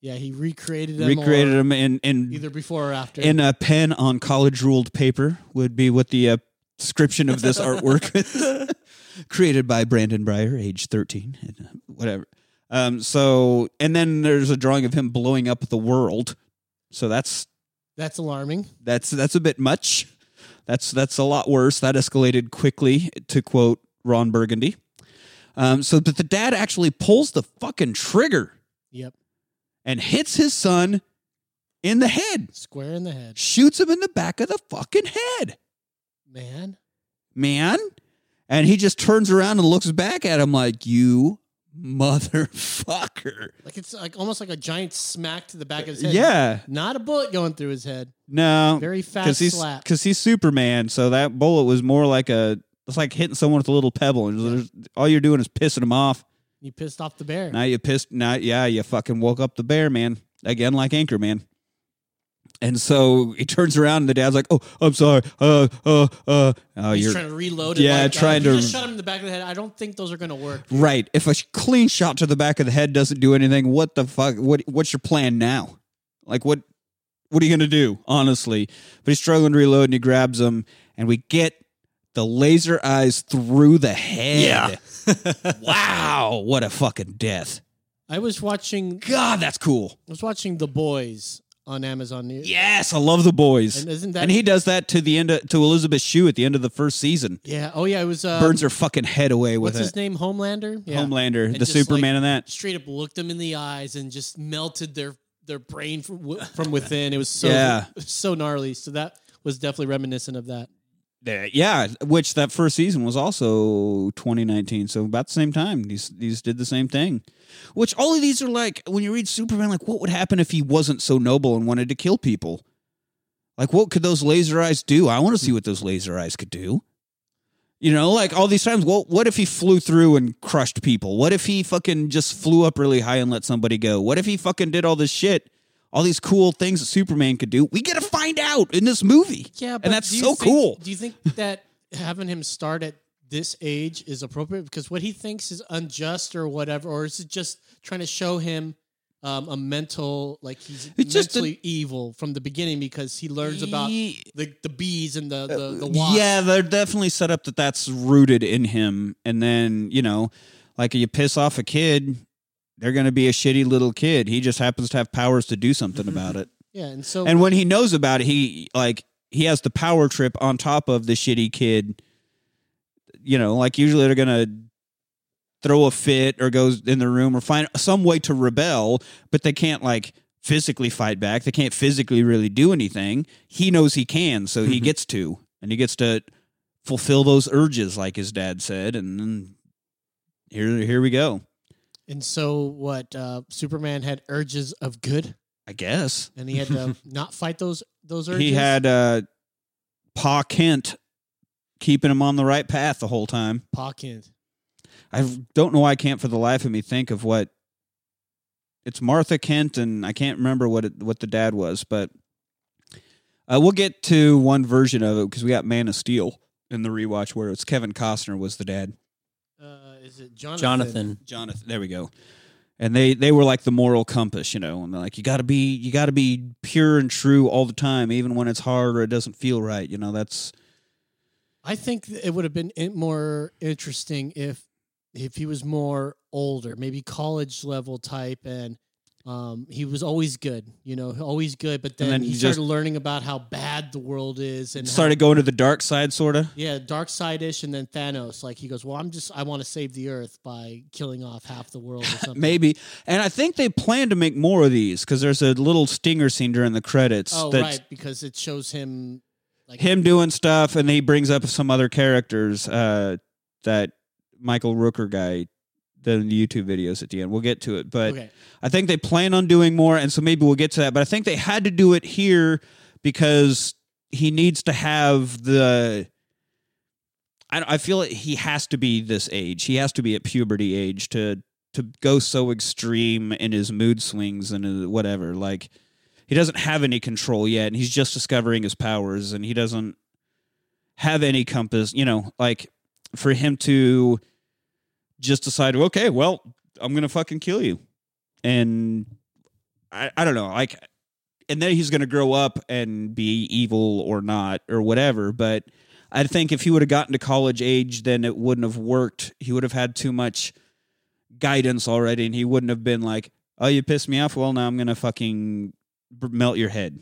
yeah, he recreated them. recreated or them in in, either before or after. in a pen on college ruled paper would be what the uh, description of this artwork is. created by Brandon Breyer, age 13 and uh, whatever. Um, so, and then there's a drawing of him blowing up the world. So that's, That's alarming. that's, that's a bit much. That's, that's a lot worse. That escalated quickly to quote Ron Burgundy. Um, so, but the dad actually pulls the fucking trigger Yep, and hits his son in the head, square in the head, shoots him in the back of the fucking head. man. man. And he just turns around and looks back at him like, you motherfucker. Like it's like almost like a giant smack to the back of his head. Yeah. not a bullet going through his head. No. Very fast Because he's, slap. 'cause he's Superman. So that bullet was more like a, it's like hitting someone with a little pebble. And there's- all you're doing is pissing him off. He pissed off the bear. Now you pissed. Now, yeah, you fucking woke up the bear, man. Again, like Anchorman. And so he turns around and the dad's like, oh, I'm sorry. Uh, uh, uh. Oh, He's you're trying to reload it. Yeah, like that. trying If you to- just shot him in the back of the head. I don't think those are going to work. Right. If a sh- clean shot to the back of the head doesn't do anything, what the fuck? What What's your plan now? Like what? What are you gonna do? Honestly, but he's struggling to reload, and he grabs him, and we get the laser eyes through the head. Yeah. wow. What a fucking death. I was watching. I God, that's cool. was watching The Boys on Amazon News. Yes, I love the boys. and And, isn't that? he does that to the end of, to Elizabeth Shue at the end of the first season. yeah. Oh yeah. It was. Uh, Burns her fucking head away with What's his it. name? Homelander. Yeah. Homelander, the just, Superman like, in that. Straight up looked them in the eyes and just melted their their brain from, w- from within. It was so Yeah. so gnarly. So that was definitely reminiscent of that. That- yeah, which that first season was also 2019, so about the same time. These these did the same thing. Which all of these are like when you read Superman, like what would happen if he wasn't so noble and wanted to kill people? Like what could those laser eyes do? I want to see what those laser eyes could do. You know, like all these times, what what if he flew through and crushed people? What if he fucking just flew up really high and let somebody go? What if he fucking did all this shit? All these cool things that Superman could do. We get to find out in this movie. Yeah, and that's do you so think- cool. Do you think that having him start at this age is appropriate because what he thinks is unjust or whatever, or is it just trying to show him um, a mental like he's It's just mentally evil from the beginning because he learns about Ye- Uh, the, the bees and the the, the wasps. yeah, they're definitely set up that that's rooted in him. And then, you know, like you piss off a kid, they're going to be a shitty little kid. He just happens to have powers to do something about it. yeah, and so And when he knows about it, he like he has the power trip on top of the shitty kid. You know, like usually they're gonna throw a fit or goes in the room or find some way to rebel, but they can't like physically fight back. They can't physically really do anything. He knows he can, so he Mhm. gets to, and he gets to fulfill those urges, like his dad said. And then here, here we go. and so what? Uh, Superman had urges of good, I guess and he had to not fight those those urges. he had uh, Pa Kent keeping him on the right path the whole time. pocket. I don't know why I can't for the life of me think of what it's Martha Kent and I can't remember what it, what the dad was, but uh, we'll get to one version of it because we got Man of Steel in the rewatch where it's Kevin Costner was the dad, Uh, is it Jonathan? Jonathan. Jonathan. There we go. And they they were like the moral compass, you know, and they're like you got to be you got to be pure and true all the time, even when it's hard or it doesn't feel right. You know, that's I think th- it would have been in- more interesting if if he was more older, maybe college level type, and um, he was always good, you know, always good. But then, then he he started just- learning about how bad the world is and how- started going to the dark side, sort of. yeah, dark side ish, and then Thanos. Like he goes, well, I'm just I want to save the Earth by killing off half the world or something. Maybe. And I think they plan to make more of these because there's a little stinger scene during the credits oh that's right, because it shows him like him doing stuff and he brings up some other characters uh, that Michael Rooker guy did the YouTube videos at the end. We'll get to it. But Okay, I think they plan on doing more, and so maybe we'll get to that. But I think they had to do it here because he needs to have the. I, I feel like he has to be this age. He has to be at puberty age to to go so extreme in his mood swings and his whatever. Like he doesn't have any control yet, and he's just discovering his powers, and he doesn't have any compass. You know, like for him to just decide, okay, well, I'm gonna fucking kill you and I, I don't know like and then he's going to grow up and be evil or not or whatever but i think if he would have gotten to college age then it wouldn't have worked he would have had too much guidance already and he wouldn't have been like oh you pissed me off well now i'm going to fucking b- melt your head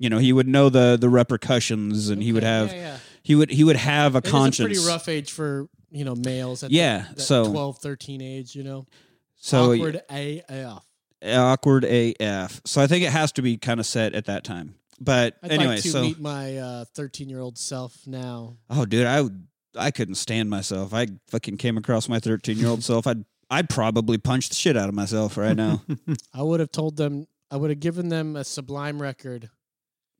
you know he would know the the repercussions and he would Okay, have yeah, yeah. he would he would have a It is conscience pretty rough age for you know males. At Yeah, the, that so- 12, 13 age, you know. so awkward AF. awkward AF. So I think it has to be kind of set at that time. But I'd anyway, like to so meet my uh, thirteen-year-old self now. oh dude, I would I couldn't stand myself. I fucking came across my 13-year-old self. I'd I'd probably punch the shit out of myself right now. I would have told them. I would have given them a Sublime record,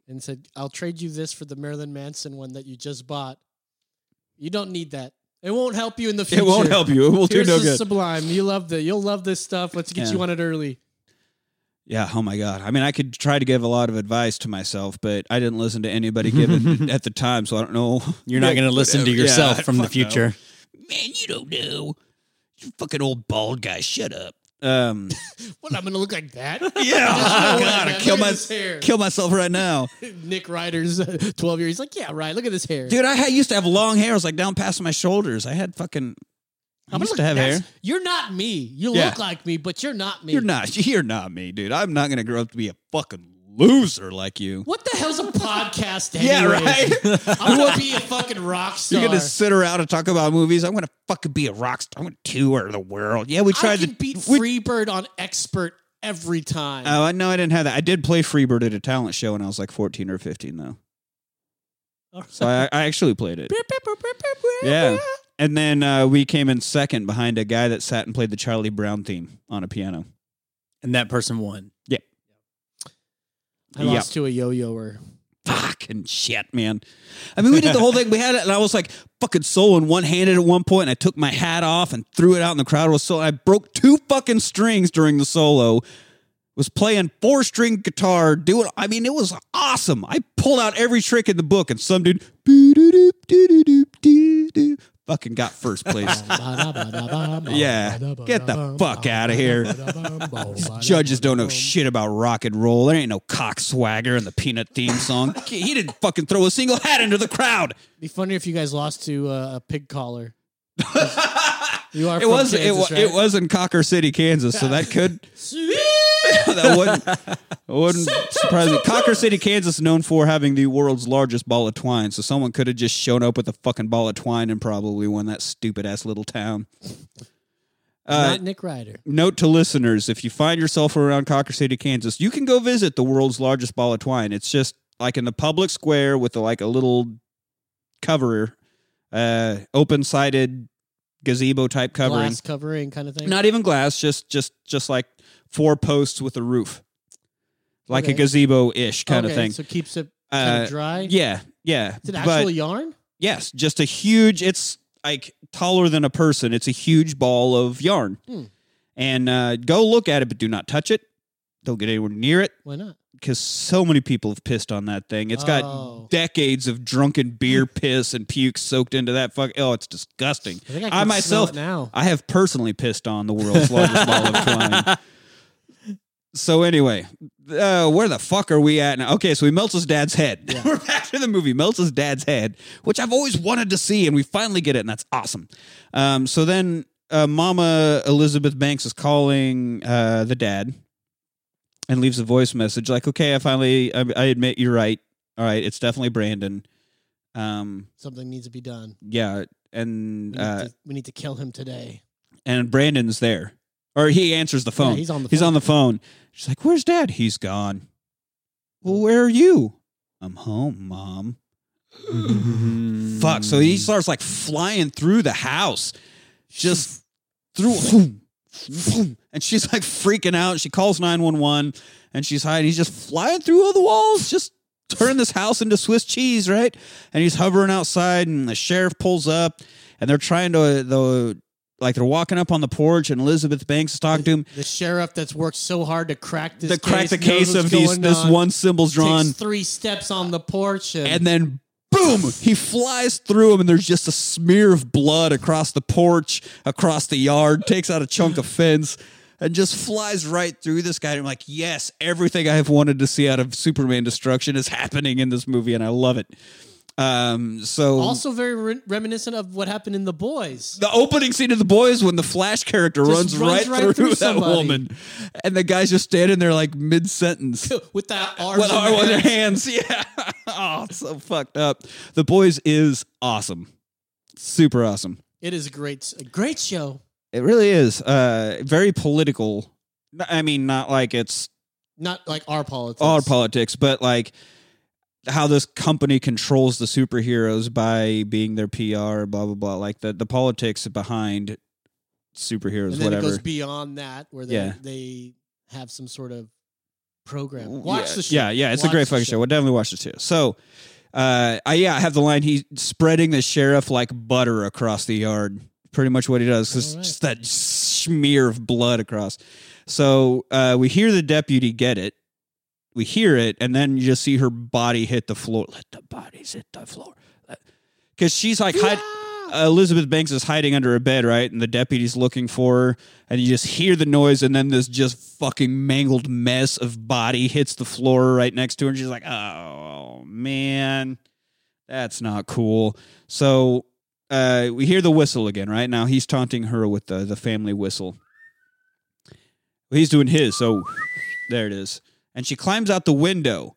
and said, "I'll trade you this for the Marilyn Manson one that you just bought. You don't need that. It won't help you in the future. it won't help you. It will Here's do no the good. Sublime. You love the. You'll love this stuff. Let's get Yeah. you on it early. yeah, oh my god. I mean, I could try to give a lot of advice to myself, but I didn't listen to anybody give it at the time, so I don't know. You're not going to listen to whatever. yourself Yeah, from the fuck no. future. Man, you don't know. You fucking old bald guy, shut up. Um What? I'm gonna look like that? yeah, Oh, oh, man, god, I look kill at my his hair. kill myself right now. Nick Ryder's uh, twelve year. He's like, yeah, right. Look at this hair. Dude, I had, used to have long hair. It was like down past my shoulders. I had fucking. I I'm used like, to have that's- hair. You're not me. You Yeah. look like me, but you're not me. You're not. You're not me, dude. I'm not gonna grow up to be a fucking loser like you. What the hell's a podcast? Yeah, anyway? right. I'm gonna be a fucking rock star. You're gonna sit around and talk about movies. I'm gonna fucking be a rock star. I'm gonna tour the world. Yeah, we I tried can to beat we- Freebird on expert every time. Oh, I- no, I didn't have that. I did play Freebird at a talent show when I was like 14 or 15, though. Oh. So I, I actually played it. Yeah. And then uh, we came in second behind a guy that sat and played the Charlie Brown theme on a piano. And that person won. I lost to a yo-yoer. fucking shit, man. I mean, we did the whole thing. We had it, and I was like fucking soloing one handed at one point, and I took my hat off and threw it out, and the crowd was so. I broke two fucking strings during the solo. Was playing four string guitar, doing. I mean, it was awesome. I pulled out every trick in the book, and some dude, "Boo-doo-doo, doo-doo-doo, doo-doo." fucking got first place. Yeah. yeah, Get the fuck outta here. Judges don't know shit about rock and roll. There ain't no cock swagger in the Peanut theme song. he didn't fucking throw a single hat into the crowd. Be funny if you guys lost to uh, a pig collar. you are. It was it, Kansas, wa- right? it was in Cocker City, Kansas, so that could that wouldn't wouldn't surprise me. Cocker City, Kansas, is known for having the world's largest ball of twine. So someone could have just shown up with a fucking ball of twine and probably won that stupid ass little town. Uh, Not Nick Ryder. Note to listeners if you find yourself around Cocker City, Kansas, you can go visit the world's largest ball of twine. It's just like in the public square with like a little cover, uh, open sided gazebo type covering. Glass covering kind of thing. Not even glass, just just just like four posts with a roof. Like a Okay. gazebo ish kind Okay, of thing. So keeps it kind uh, of dry. yeah, yeah. Is it But- actual yarn? Yes, just a huge. It's like taller than a person. It's a huge ball of yarn, Hmm. and uh, go look at it, but do not touch it. Don't get anywhere near it Why not? because so many people have pissed on that thing. It's Oh. got decades of drunken beer piss and puke soaked into that fuck. Oh, it's disgusting. I, think I can smell myself- it now. I have personally pissed on the world's largest ball of twine. So anyway, uh, where the fuck are we at now? Okay, so he melts his dad's head. We're back to the movie. Melts his dad's head, which I've always wanted to see, and we finally get it, and that's awesome. Um, so then, uh, Mama Elizabeth Banks is calling uh, the dad and leaves a voice message like, "Okay, I finally, I, I admit you're right. All right, it's definitely Brandon. Um, Something needs to be done. yeah, and We need, uh, to, we need to kill him today. and Brandon's there. Or he answers the phone. Yeah, he's on the He's phone. on the phone. She's like, Where's dad? He's gone. Well, where are you? I'm home, mom. Fuck. So he starts like flying through the house, just through. Vroom, vroom. And she's like freaking out. She calls 911 and she's hiding. He's just flying through all the walls, just turn this house into Swiss cheese, right? And he's hovering outside, and the sheriff pulls up and they're trying to, the, like, they're walking up on the porch, and Elizabeth Banks is talking to him. The sheriff that's worked so hard to crack this To crack the knows case what's of these, going this on, one symbol's drawn. Takes three steps on the porch and, and then boom he flies through him and there's just a smear of blood across the porch across the yard takes out a chunk of fence and just flies right through this guy and i'm like yes everything i have wanted to see out of superman destruction is happening in this movie and i love it um so also very re- reminiscent of what happened in The Boys. the opening scene of the boys when the flash character runs, Just right, runs right through, through that somebody. woman and the guy's just standing there like mid-sentence with that with arms. our in with the their air. hands. Yeah. oh, it's so fucked up. The boys is awesome. Super awesome. It is a great, a great show. It really is. Uh very political. N- I mean, not like it's Not like our politics. all politics, but like how this company controls the superheroes by being their PR, blah blah blah. Like the, the politics behind And superheroes, then whatever. it goes beyond that, where they Yeah. they have some sort of program. Watch yeah, the show. Yeah, yeah, it's Watch a great the fucking show. We'll definitely watch this too. So, uh, I, yeah, I have the line. He's spreading the sheriff like butter across the yard. Pretty much what he does. 'cause All right. just that smear of blood across. So uh, we hear the deputy get it. We hear it, and then you just see her body hit the floor. Let the bodies hit the floor. Because she's like, hide, Elizabeth Banks is hiding under a bed, right? And the deputy's looking for her, and you just hear the noise, and then this just fucking mangled mess of body hits the floor right next to her, and she's like, "Oh man, that's not cool." So uh, we hear the whistle again, right? Now he's taunting her with the the family whistle. He's doing his, so there it is, and she climbs out the window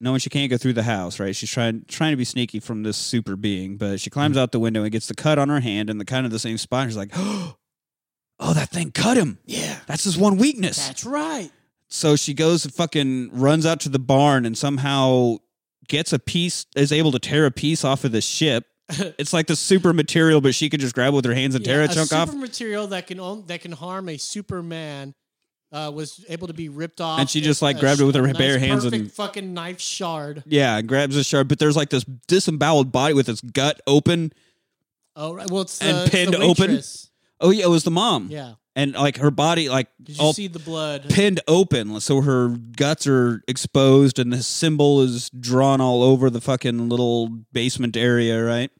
knowing she can't go through the house, right? She's trying trying to be sneaky from this super being, but she Mm-hmm. climbs out the window and gets the cut on her hand in the kind of the same spot. And she's like, "Oh, that thing cut him. Yeah, That's his one weakness." that's right. so she goes and fucking runs out to the barn and somehow gets a piece, is able to tear a piece off of the ship. it's like the super material, but she could just grab it with her hands and tear Yeah, a chunk super off. material that can on- that can harm a Superman uh, was able to be ripped off, And she just, A- like, a grabbed it with her nice, bare hands and- perfect fucking knife shard. Yeah, and grabs a shard, but there's like this disemboweled body with its gut open. Oh right, well it's the, And it's the pinned open? waitress. Oh yeah, it was the mom. Yeah, And like her body like did you all see the blood? pinned open, so her guts are exposed, and the symbol is drawn all over the fucking little basement area, right?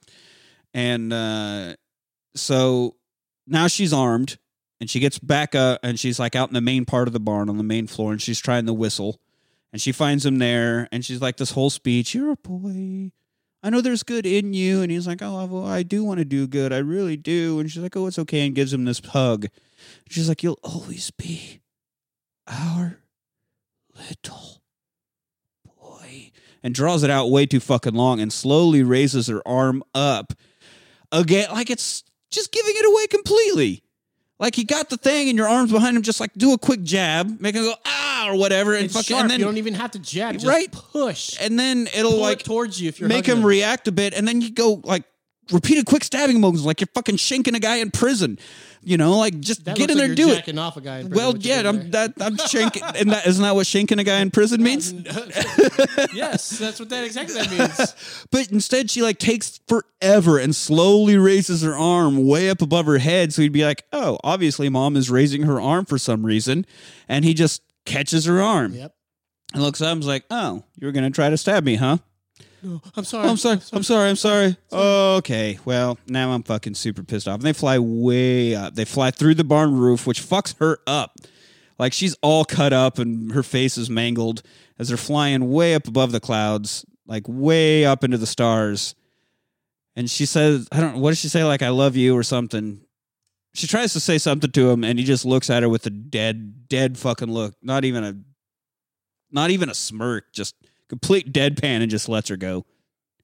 And uh, so now she's armed and she gets back up and she's like out in the main part of the barn on the main floor and she's trying to whistle and she finds him there and she's like this whole speech you're a boy i know there's good in you and he's like oh well, i do want to do good i really do and she's like oh it's okay and gives him this hug she's like you'll always be our little boy and draws it out way too fucking long and slowly raises her arm up again like it's just giving it away completely like he got the thing and your arms behind him just like do a quick jab make him go ah or whatever and It's fucking sharp. and then you don't even have to jab. Just Right. push. and then it'll Pull like it towards you if you're make hugging him react a bit, and then you go like repeated quick stabbing motions, like you're fucking shanking a guy in prison. You know, like just That get looks in like there, you're do it. jacking off a guy. in front of Well, what you're yeah, doing I'm there. that I'm shanking, and that isn't that what shanking a guy in prison means? yes, that's what that exactly that means. But instead, she like takes forever and slowly raises her arm way up above her head. So he'd be like, "Oh, obviously, mom is raising her arm for some reason," and he just catches her arm Yep. and looks up and is like, "Oh, you were gonna try to stab me, huh?" No, I'm sorry. I'm sorry. I'm sorry. I'm sorry. Okay. Well, now I'm fucking super pissed off. And they fly way up. They fly through the barn roof, which fucks her up. Like she's all cut up and her face is mangled as they're flying way up above the clouds, like way up into the stars. And she says, I don't what does she say? Like, I love you or something. She tries to say something to him and he just looks at her with a dead, dead fucking look. Not even a not even a smirk, just complete deadpan and just lets her go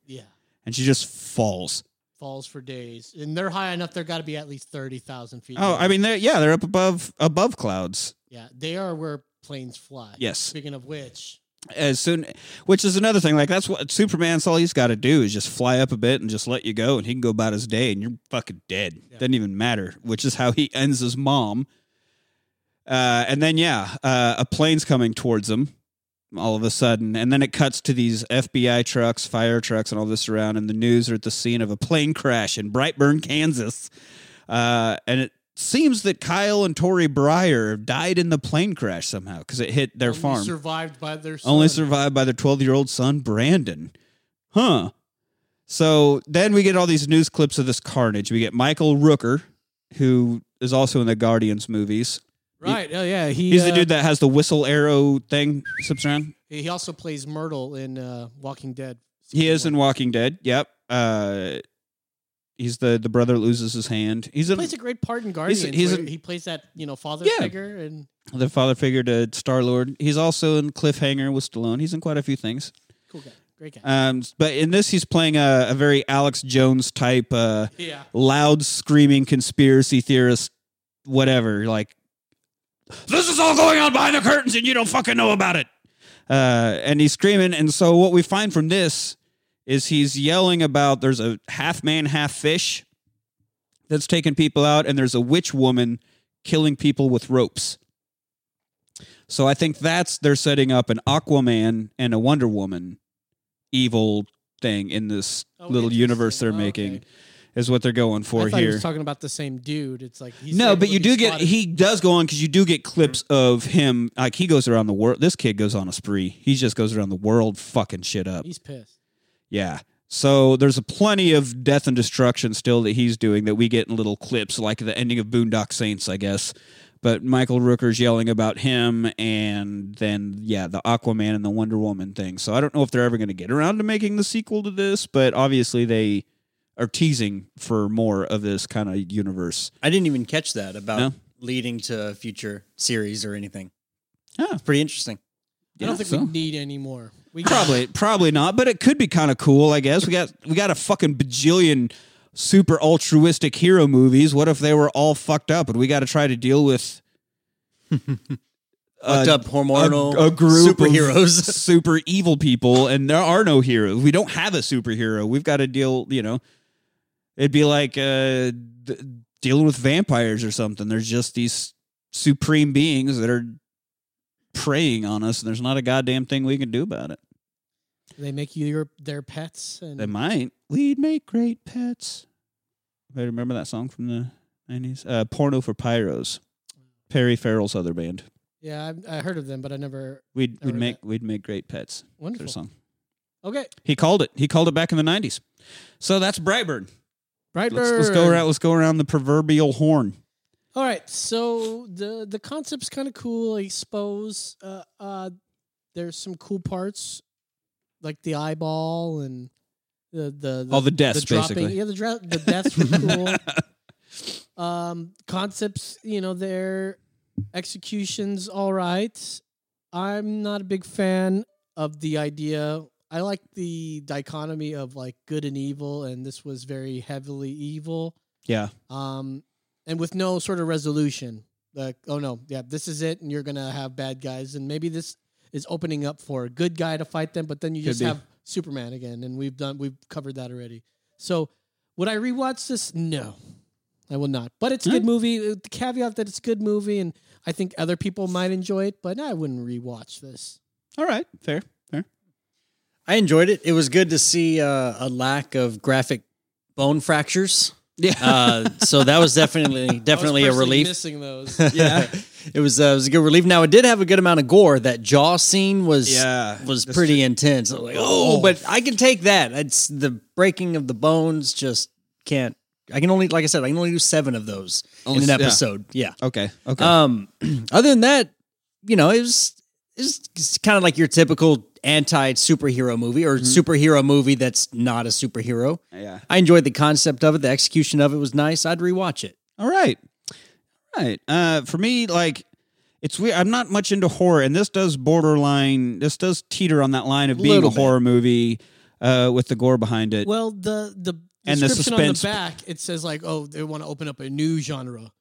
Yeah. and she just falls. Falls for days, and they're high enough. They're got to be at least thirty thousand feet. Oh, I mean, they're yeah, they're up above above clouds. yeah, they are where planes fly. Yes, Speaking of which, as soon, which is another thing. Like that's what Superman's all he's got to do is just fly up a bit and just let you go, and he can go about his day, and you're fucking dead. Yeah. Doesn't even matter. Which is how he ends his mom. Uh, and then yeah, uh, a plane's coming towards him. All of a sudden, and then it cuts to these FBI trucks, fire trucks, and all this around. And the news are at the scene of a plane crash in Brightburn, Kansas. Uh, and it seems that Kyle and Tori Breyer died in the plane crash somehow because it hit their only farm. survived by their son. Only survived by their 12 year old son, Brandon. Huh. So then we get all these news clips of this carnage. We get Michael Rooker, who is also in the Guardians movies. right. Oh yeah, he He's uh, the dude that has the whistle arrow thing, slips around. he also plays Myrtle in uh, Walking Dead. He is in season one. Walking Dead. Yep. Uh, he's the the brother that loses his hand. He's He in plays a great part in Guardians. he's where in- he plays that you know father Yeah. figure, and the father figure to Star Lord. He's also in Cliffhanger with Stallone. He's in quite a few things. cool guy, great guy. Um, but in this, he's playing a, a very Alex Jones type. Uh, yeah, loud screaming conspiracy theorist, whatever. Like, this is all going on behind the curtains and you don't fucking know about it. Uh, and he's screaming. And so, what we find from this is he's yelling about there's a half man, half fish that's taking people out, and there's a witch woman killing people with ropes. So, I think that's they're setting up an Aquaman and a Wonder Woman evil thing in this Oh, little universe interesting. they're Oh, making okay. is what they're going for I thought here. he was talking about the same dude. It's like he's no, able but to you be do get spotted. he does go on because you do get clips of him. Like he goes around the world. This kid goes on a spree. He just goes around the world fucking shit up. He's pissed. Yeah. So there's a plenty of death and destruction still that he's doing that we get in little clips, like the ending of Boondock Saints, I guess. But Michael Rooker's yelling about him, and then yeah, the Aquaman and the Wonder Woman thing. So I don't know if they're ever going to get around to making the sequel to this, but obviously they are teasing for more of this kind of universe. I didn't even catch that about No. leading to a future series or anything. Yeah. It's pretty interesting. I don't Yeah, think so- we need any more. We got- Probably, probably not. But it could be kind of cool, I guess. We got we got a fucking bajillion super altruistic hero movies. What if they were all fucked up and we got to try to deal with Fucked up hormonal a group of- superheroes. super evil people, and there are no heroes. We don't have a superhero. We've got to deal. You know, it'd be like uh, d- dealing with vampires or something. There's just these supreme beings that are preying on us, and there's not a goddamn thing we can do about it. They make you your their pets and They might. We'd make great pets. I remember that song from the nineties. Uh, Porno for Pyros, Perry Farrell's other band. yeah, I, I heard of them, but I never We'd I we'd heard make we'd make great pets. Their wonderful. song. Okay, He called it. He called it back in the nineties. So that's Brightburn. Right, Let's, let's go Bird? around. Let's go around the proverbial horn. All right, so the the concept's kind of cool, I suppose. Uh, uh, there's some cool parts, like the eyeball and the the, All the deaths, dropping. basically. Yeah, the dra- the deaths were cool. Um, concepts, you know, their executions, all right. I'm not a big fan of the idea. I like the dichotomy of like good and evil, and this was very heavily evil Yeah, um, and with no sort of resolution. Like, oh no, yeah, this is it, and you're gonna have bad guys, and maybe this is opening up for a good guy to fight them, but then you Could just be. have Superman again, and we've done we've covered that already. So, would I rewatch this? No, I will not. But Hmm? it's a good movie. with The caveat that it's a good movie, and I think other people might enjoy it, but I wouldn't rewatch this. all right, fair, fair. I enjoyed it. It was good to see uh, a lack of graphic bone fractures. Yeah, Uh, so that was definitely I was definitely a personally relief. Missing those. Yeah. it was uh, it was a good relief. Now it did have a good amount of gore. That jaw scene was Yeah, was that's pretty intense. I was like, oh, Oh. but I can take that. It's the breaking of the bones. Just can't. I can only, like I said, I can only do seven of those Only in s- an yeah. episode. Yeah. okay, Uh, okay. Um. other than that, you know, it was it's kind of like your typical anti superhero movie or superhero movie that's not a superhero. yeah. I enjoyed the concept of it. The execution of it was nice. I'd rewatch it. All right. All right. Uh, for me, like, it's weird. I'm not much into horror, and this does borderline, this does teeter on that line of being Little a bit. horror movie uh, with the gore behind it. Well, the the And the description on suspense- the back it says like, oh, they want to open up a new genre,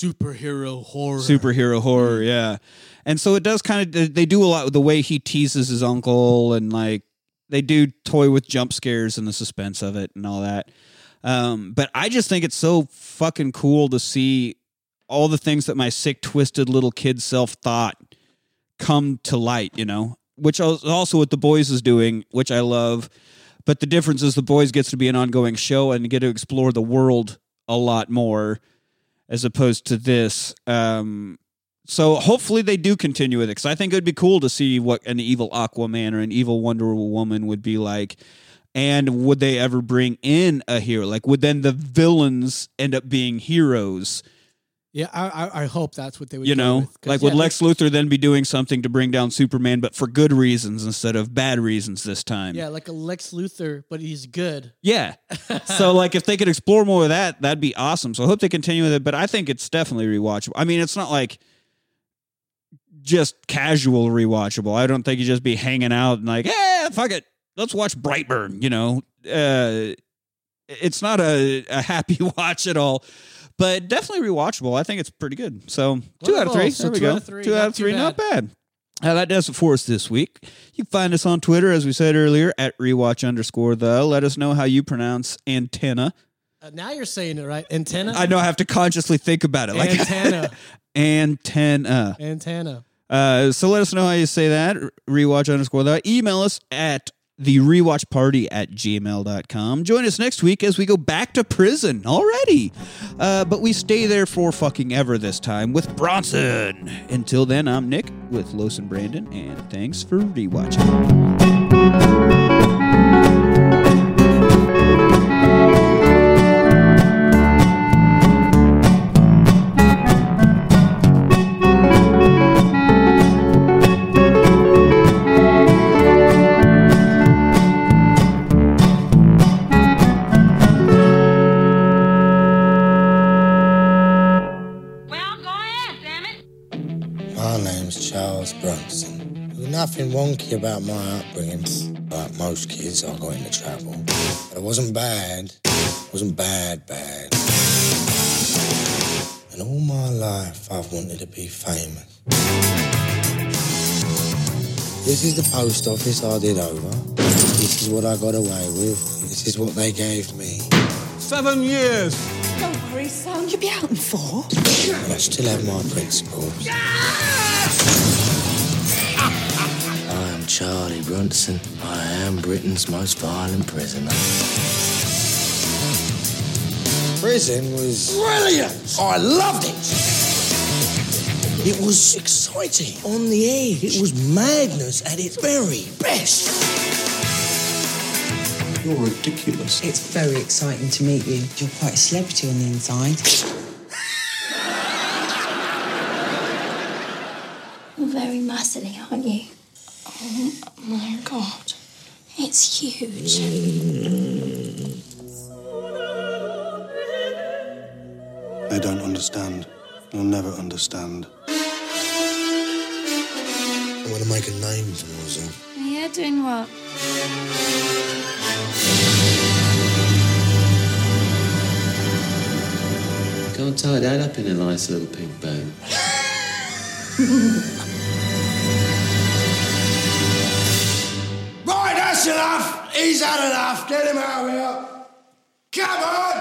superhero horror. Superhero horror, yeah. And so it does kind of, they do a lot with the way he teases his uncle, and like, they do toy with jump scares and the suspense of it and all that. Um, but I just think it's so fucking cool to see all the things that my sick, twisted little kid self thought come to light, you know, which is also what the boys is doing, which I love. But the difference is the boys gets to be an ongoing show and get to explore the world a lot more as opposed to this. Um, so hopefully they do continue with it because I think it would be cool to see what an evil Aquaman or an evil Wonder Woman would be like. And would they ever bring in a hero? Like, would then the villains end up being heroes? Yeah, I, I I hope that's what they would. you go know with, 'cause, like would yeah, lex luthor then be doing something to bring down superman but for good reasons instead of bad reasons this time Yeah, like a Lex Luthor, but he's good. yeah so like if they could explore more of that that'd be awesome so i hope they continue with it but i think it's definitely rewatchable i mean it's not like just casual rewatchable i don't think you just be hanging out and like yeah fuck it let's watch brightburn you know uh it's not a, a happy watch at all but definitely rewatchable i think it's pretty good so two out of Wonderful. three So there we two go out of three, two not out of too three not bad uh, that does it for us this week. You can find us on Twitter, as we said earlier, at rewatch underscore the. Let us know how you pronounce antenna. Uh, now you're saying it right. Antenna. I know I have to consciously think about it. Like antenna. antenna. antenna. Uh, so let us know how you say that. Rewatch underscore that. Email us at the rewatch party at gmail.com. Join us next week as we go back to prison already. Uh, but we stay there for fucking ever this time with Bronson. Until then, I'm Nick with Los and Brandon, and thanks for rewatching. Well, go ahead, damn it. My name's Charles Bronson. There's nothing wonky about my upbringing. Like most kids, I got into trouble. But it wasn't bad. It wasn't bad, bad. And all my life, I've wanted to be famous. This is the post office I did over. This is what I got away with. This is what they gave me. Seven years. Don't worry, son. You'll be out in four. But I still have my principles. I am Charlie Brunson. I am Britain's most violent prisoner. Prison was brilliant. I loved it. It was exciting on the edge. It was madness at its very best. You're ridiculous. It's very exciting to meet you. You're quite a celebrity on the inside. You're very muscly, aren't you? Oh my god. It's huge. They don't understand. They'll never understand. I want to make a name for myself. Yeah, doing what? Go and tie that up in a nice little pink bow. Right, that's enough. He's had enough. Get him out of here. Come on.